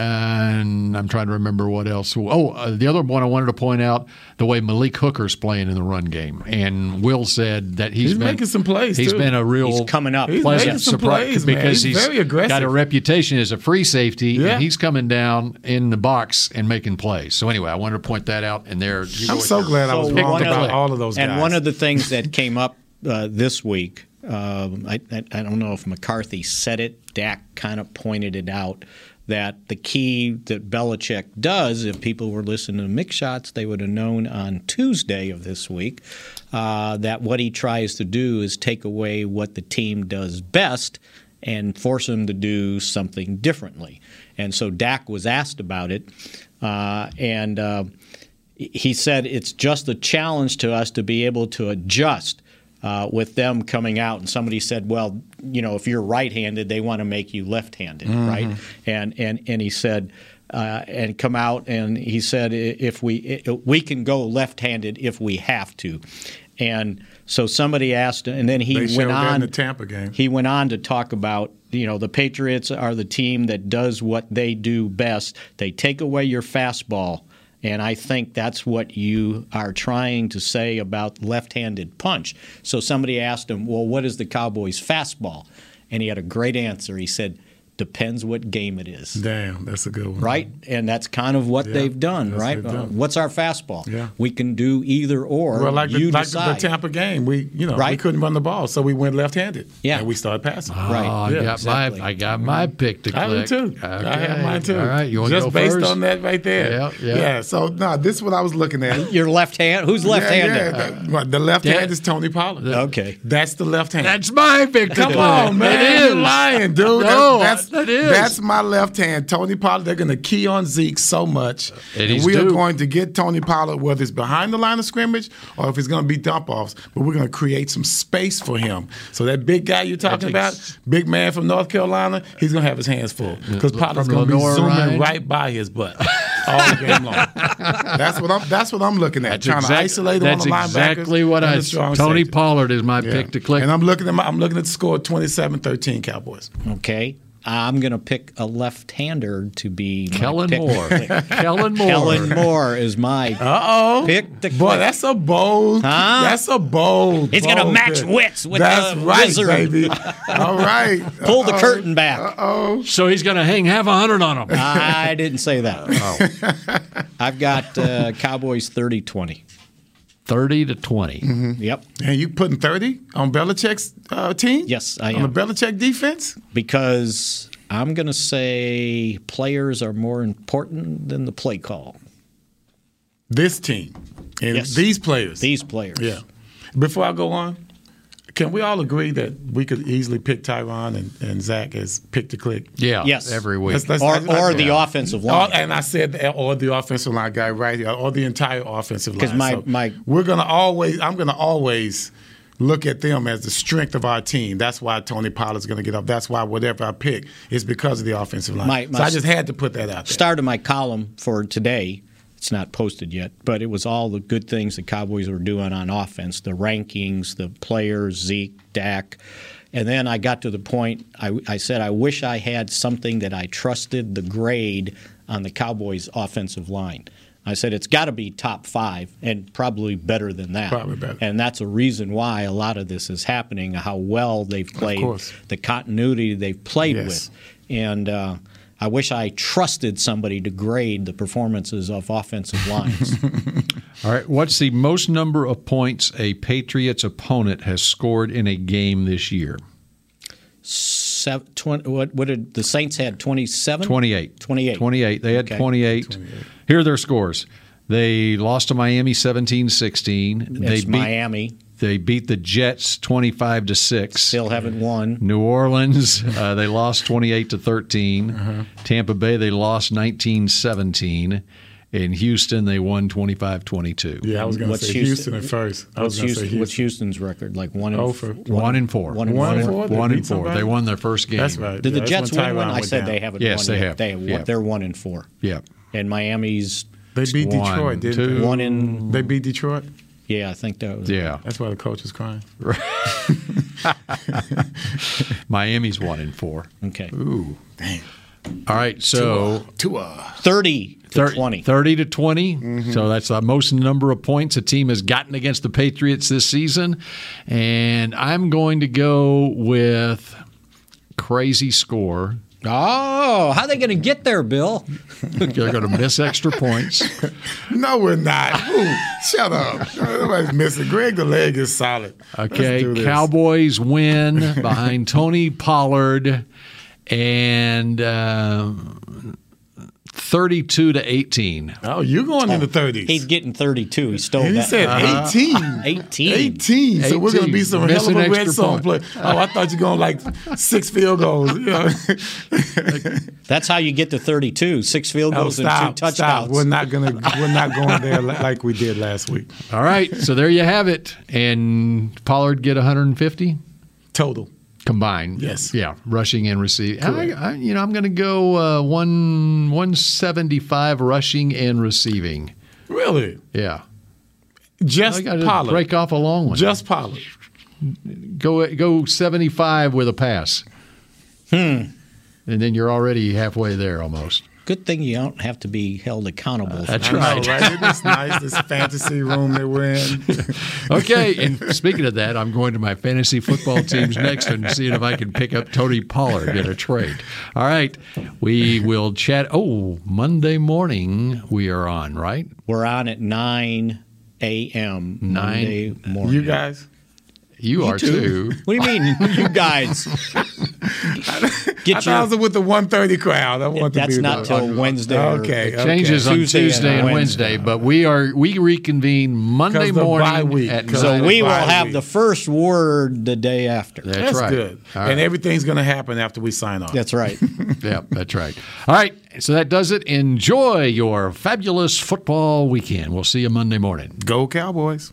Speaker 2: and I'm trying to remember what else. Oh, uh, the other one I wanted to point out the way Malik Hooker's playing in the run game, and Will said that he's
Speaker 3: He's
Speaker 2: been,
Speaker 3: making some plays,
Speaker 2: He's
Speaker 3: too.
Speaker 2: been a real
Speaker 3: He's coming up. He's
Speaker 2: pleasant
Speaker 3: making some
Speaker 2: surprise
Speaker 3: plays, man.
Speaker 2: because
Speaker 3: He's very aggressive.
Speaker 2: got a reputation as a free safety,
Speaker 3: Yeah.
Speaker 2: and he's coming down in the box and making plays. So anyway, I wanted to point that out, and there. you go with your- Pick the play.
Speaker 4: and one of the things that came up uh, this week, um, I, I, I don't know if McCarthy said it, Dak kind of pointed it out, that the key that Belichick does, if people were listening to mix shots, they would have known on Tuesday of this week uh, that what he tries to do is take away what the team does best and force them to do something differently. And so Dak was asked about it, uh, and uh, he said it's just a challenge to us to be able to adjust uh, with them coming out. And somebody said, well, you know, if you're right-handed, they want to make you left-handed,
Speaker 3: Mm-hmm.
Speaker 12: Mhm.
Speaker 4: right? And and and he said. Uh, and come out, and he said, "I- "If we i we can go left-handed if we have to," and so somebody asked, and then he
Speaker 3: They showed
Speaker 4: went
Speaker 3: that in
Speaker 4: on
Speaker 3: the Tampa game.
Speaker 4: he went on to talk about you know the Patriots are the team that does what they do best. They take away your fastball, and I think that's what you are trying to say about left-handed punch. So somebody asked him, "Well, what is the Cowboys' fastball?" And he had a great answer. He said, "Depends what game it is."
Speaker 3: Damn, that's a good one.
Speaker 4: Right, and that's kind of what
Speaker 3: Yeah,
Speaker 4: they've done,
Speaker 3: yes,
Speaker 4: right?
Speaker 3: they've done.
Speaker 4: Uh, what's our fastball?
Speaker 3: Yeah.
Speaker 4: we can do either or.
Speaker 3: well, like
Speaker 4: you
Speaker 3: the, like
Speaker 4: decide.
Speaker 3: the Tampa game, we you know we
Speaker 4: Right.
Speaker 3: couldn't run the ball, so we went left-handed.
Speaker 4: Yeah.
Speaker 3: and we started passing.
Speaker 2: Oh, I got my I got my pick to click.
Speaker 3: I do too. I have mine too.
Speaker 2: All right, you want to
Speaker 3: just
Speaker 2: go
Speaker 3: based
Speaker 2: first?
Speaker 3: on that right there.
Speaker 2: Yeah, yeah.
Speaker 3: so no, this is what I was looking at.
Speaker 4: Your left hand. Who's left-handed?
Speaker 3: the, well, the left
Speaker 4: Yeah.
Speaker 3: hand is Tony Pollard.
Speaker 4: Okay,
Speaker 3: that's the left hand.
Speaker 2: That's my victory.
Speaker 3: Come on, man,
Speaker 2: That
Speaker 3: you're
Speaker 2: is.
Speaker 3: lying, dude.
Speaker 2: No,
Speaker 3: that's, that's,
Speaker 2: that is.
Speaker 3: that's my left hand. Tony Pollard. They're going to key on Zeke so much,
Speaker 2: And
Speaker 3: that
Speaker 2: he's
Speaker 3: we are
Speaker 2: due.
Speaker 3: going to get Tony Pollard whether it's behind the line of scrimmage or if it's going to be dump offs. But we're going to create some space for him. So that big guy you're talking about, big man from North Carolina, he's going to have his hands full because Pollard's
Speaker 2: From
Speaker 3: going to be
Speaker 2: Lenore
Speaker 3: zooming
Speaker 2: Ryan.
Speaker 3: right by his butt all game long. That's what I'm. That's what I'm looking at.
Speaker 2: That's
Speaker 3: trying to
Speaker 2: exact-
Speaker 3: isolate him
Speaker 2: that's
Speaker 3: on the linebackers.
Speaker 2: exactly what
Speaker 3: and
Speaker 2: I-
Speaker 3: the strong
Speaker 2: Tony
Speaker 3: safety.
Speaker 2: Pollard is my pick to click.
Speaker 3: And I'm looking at my, I'm looking at the score 27-13 Cowboys.
Speaker 4: Okay. I'm going to pick a left-hander to be my
Speaker 2: Kellen
Speaker 4: pick to
Speaker 2: Moore.
Speaker 4: click.
Speaker 2: Kellen Moore.
Speaker 4: Kellen Moore is my
Speaker 3: Uh-oh.
Speaker 4: pick. To
Speaker 3: Oh. Boy,
Speaker 4: click.
Speaker 3: that's a bold.
Speaker 4: Huh?
Speaker 3: That's a bold.
Speaker 4: It's gonna
Speaker 3: bold
Speaker 4: match
Speaker 3: pick.
Speaker 4: wits with
Speaker 3: that's
Speaker 4: the
Speaker 3: right,
Speaker 4: wizard.
Speaker 3: baby. All right. Uh,
Speaker 4: Pull the
Speaker 3: Uh-oh.
Speaker 4: curtain back.
Speaker 3: Oh. Uh-oh.
Speaker 2: So he's going to hang half a hundred on him.
Speaker 4: I didn't say that.
Speaker 3: Oh.
Speaker 4: I've got uh, Cowboys 30-20.
Speaker 2: 30 to 20.
Speaker 3: Mm-hmm.
Speaker 4: Yep.
Speaker 3: And you putting 30 on Belichick's uh, team?
Speaker 4: Yes, I
Speaker 3: On
Speaker 4: am.
Speaker 3: the Belichick defense?
Speaker 4: Because I'm going to say players are more important than the play call.
Speaker 3: This team. And
Speaker 4: Yes.
Speaker 3: these players.
Speaker 4: These players.
Speaker 3: Yeah. Before I go on, can we all agree that we could easily pick Tyron and, and Zach as pick to click?
Speaker 2: Yeah.
Speaker 4: Yes.
Speaker 2: Every week.
Speaker 3: Let's- let's-
Speaker 4: Or-
Speaker 3: let's-
Speaker 4: or
Speaker 3: let's-
Speaker 4: the
Speaker 3: yeah.
Speaker 4: offensive line.
Speaker 3: Or- and I said, the- or the offensive line guy right here, or the entire offensive line.
Speaker 4: 'Cause my- my-
Speaker 3: we're gonna always, I'm gonna always look at them as the strength of our team. That's why Tony Pollard's gonna get up. That's why whatever I pick is because of the offensive line.
Speaker 4: My- my-
Speaker 3: so I just had to put that out.
Speaker 4: Start of my column for today. It's not posted yet, but it was all the good things the Cowboys were doing on offense the rankings, the players, Zeke, Dak. And then I got to the point, I, I said, I wish I had something that I trusted the grade on the Cowboys' offensive line. I said, it's got to be top five and probably better than that.
Speaker 3: Probably better.
Speaker 4: And that's a reason why a lot of this is happening, how well they've played,
Speaker 3: course.
Speaker 4: the continuity they've played
Speaker 3: Yes.
Speaker 4: with. And uh, I wish I trusted somebody to grade the performances of offensive lines.
Speaker 2: All right. What's the most number of points a Patriots opponent has scored in a game this year?
Speaker 4: Seven, twen- what, what did the Saints had 27?
Speaker 2: 28.
Speaker 4: 28.
Speaker 2: 28. They had
Speaker 4: Okay.
Speaker 2: 28. Here are their scores. They lost to Miami 17 16. They
Speaker 4: That's
Speaker 2: beat
Speaker 4: Miami.
Speaker 2: They beat the Jets 25 to 6.
Speaker 4: Still haven't won.
Speaker 2: New Orleans, uh, they Uh-huh. lost 28 to 13. Tampa Bay, they lost 19 17. In Houston, they won 25 22.
Speaker 3: Yeah, I was going to
Speaker 4: What's
Speaker 3: say
Speaker 4: Houston-
Speaker 3: Houston, at first. I
Speaker 4: what's
Speaker 3: was going to say
Speaker 4: Houston-
Speaker 3: Houston.
Speaker 4: what's Houston's record? Like one and
Speaker 3: Oh,
Speaker 4: f-
Speaker 3: for-
Speaker 2: One and four.
Speaker 4: One and
Speaker 2: One and
Speaker 4: four.
Speaker 2: four. They One beat and four. somebody? They won their first game. That's right.
Speaker 4: Did
Speaker 2: Yeah,
Speaker 4: the
Speaker 2: that's
Speaker 4: Jets
Speaker 2: when
Speaker 4: win one?
Speaker 2: Tyron
Speaker 4: I
Speaker 2: went
Speaker 4: said
Speaker 2: down.
Speaker 4: they haven't.
Speaker 2: Yes,
Speaker 4: won
Speaker 2: they
Speaker 4: yet.
Speaker 2: have.
Speaker 4: They have
Speaker 2: Yeah.
Speaker 4: They're one and four.
Speaker 2: Yeah.
Speaker 4: And Miami's.
Speaker 3: They beat
Speaker 2: One,
Speaker 3: Detroit, didn't
Speaker 2: two.
Speaker 3: they?
Speaker 2: One
Speaker 3: in they beat Detroit.
Speaker 4: Yeah, I think that was.
Speaker 2: Yeah.
Speaker 3: That's why the coach is crying.
Speaker 2: Miami's one and four.
Speaker 4: Okay.
Speaker 2: Ooh. Dang. All right. So
Speaker 3: Tua.
Speaker 4: 30 to Mm-hmm. 20.
Speaker 2: 30 to 20. So that's the most number of points a team has gotten against the Patriots this season. And I'm going to go with crazy score.
Speaker 4: Oh, how are they going to get there, Bill?
Speaker 2: They're going to miss extra points.
Speaker 3: No, we're not. Ooh, shut up. Nobody's missing. Greg the leg is solid. Let's
Speaker 2: Okay,
Speaker 3: do this.
Speaker 2: Cowboys win behind Tony Pollard and uh, 32 to 18.
Speaker 3: Oh, you're going in the 30s.
Speaker 4: He's getting 32. He stole
Speaker 3: And he
Speaker 4: that.
Speaker 3: said
Speaker 2: Uh-huh.
Speaker 3: 18.
Speaker 4: 18.
Speaker 3: 18. So we're going to be
Speaker 2: 18.
Speaker 3: some hell of
Speaker 2: Missing
Speaker 3: a red
Speaker 2: extra
Speaker 3: zone play.
Speaker 2: point.
Speaker 3: Oh, I thought you were going like six field goals. You know?
Speaker 4: That's how you get to 32. Six field
Speaker 3: Oh,
Speaker 4: goals and
Speaker 3: stop,
Speaker 4: two touchdowns.
Speaker 3: stop. We're not gonna. We're not going there li- like we did last week.
Speaker 2: All right, so there you have it. And Pollard get 150
Speaker 3: total
Speaker 2: combined.
Speaker 3: Yes.
Speaker 2: Yeah, rushing and receiving. I, I, you know, I'm going to go uh, one 175 rushing and receiving.
Speaker 3: Really,
Speaker 2: Yeah. I
Speaker 3: just
Speaker 2: gotta
Speaker 3: Pollard.
Speaker 2: break off a long one.
Speaker 3: Just Pollard.
Speaker 2: go go 75 with a pass. Hmm. And then you're already halfway there almost.
Speaker 4: Good thing you don't have to be held accountable. for
Speaker 2: That's
Speaker 4: that.
Speaker 2: right.
Speaker 3: It's nice this fantasy room that we're in.
Speaker 2: okay, and speaking of that, I'm going to my fantasy football teams next and seeing if I can pick up Tony Pollard in a trade. All right, we will chat. Oh, Monday morning we are on, right?
Speaker 4: We're on at 9 a.m. Monday morning.
Speaker 3: You guys.
Speaker 2: You are too.
Speaker 4: What do you mean, you guys?
Speaker 3: I
Speaker 4: Get
Speaker 3: thought I
Speaker 4: your,
Speaker 3: was with the 130 crowd. I want
Speaker 4: that's
Speaker 3: to be
Speaker 4: not
Speaker 3: the-
Speaker 4: till Wednesday. or-
Speaker 3: Okay,
Speaker 2: It changes on Tuesday, and Wednesday, but we are we reconvene Monday
Speaker 3: 'Cause the bye
Speaker 2: morning
Speaker 3: week.
Speaker 2: at
Speaker 3: 'Cause
Speaker 2: nine
Speaker 4: So we will
Speaker 2: o'clock.
Speaker 4: have the first word the day after.
Speaker 2: That's,
Speaker 3: That's
Speaker 2: right.
Speaker 3: good.
Speaker 2: All
Speaker 3: And
Speaker 2: right.
Speaker 3: everything's going to happen after we sign off.
Speaker 4: That's right.
Speaker 2: yeah, that's right. All right, so that does it. Enjoy your fabulous football weekend. We'll see you Monday morning.
Speaker 3: Go Cowboys.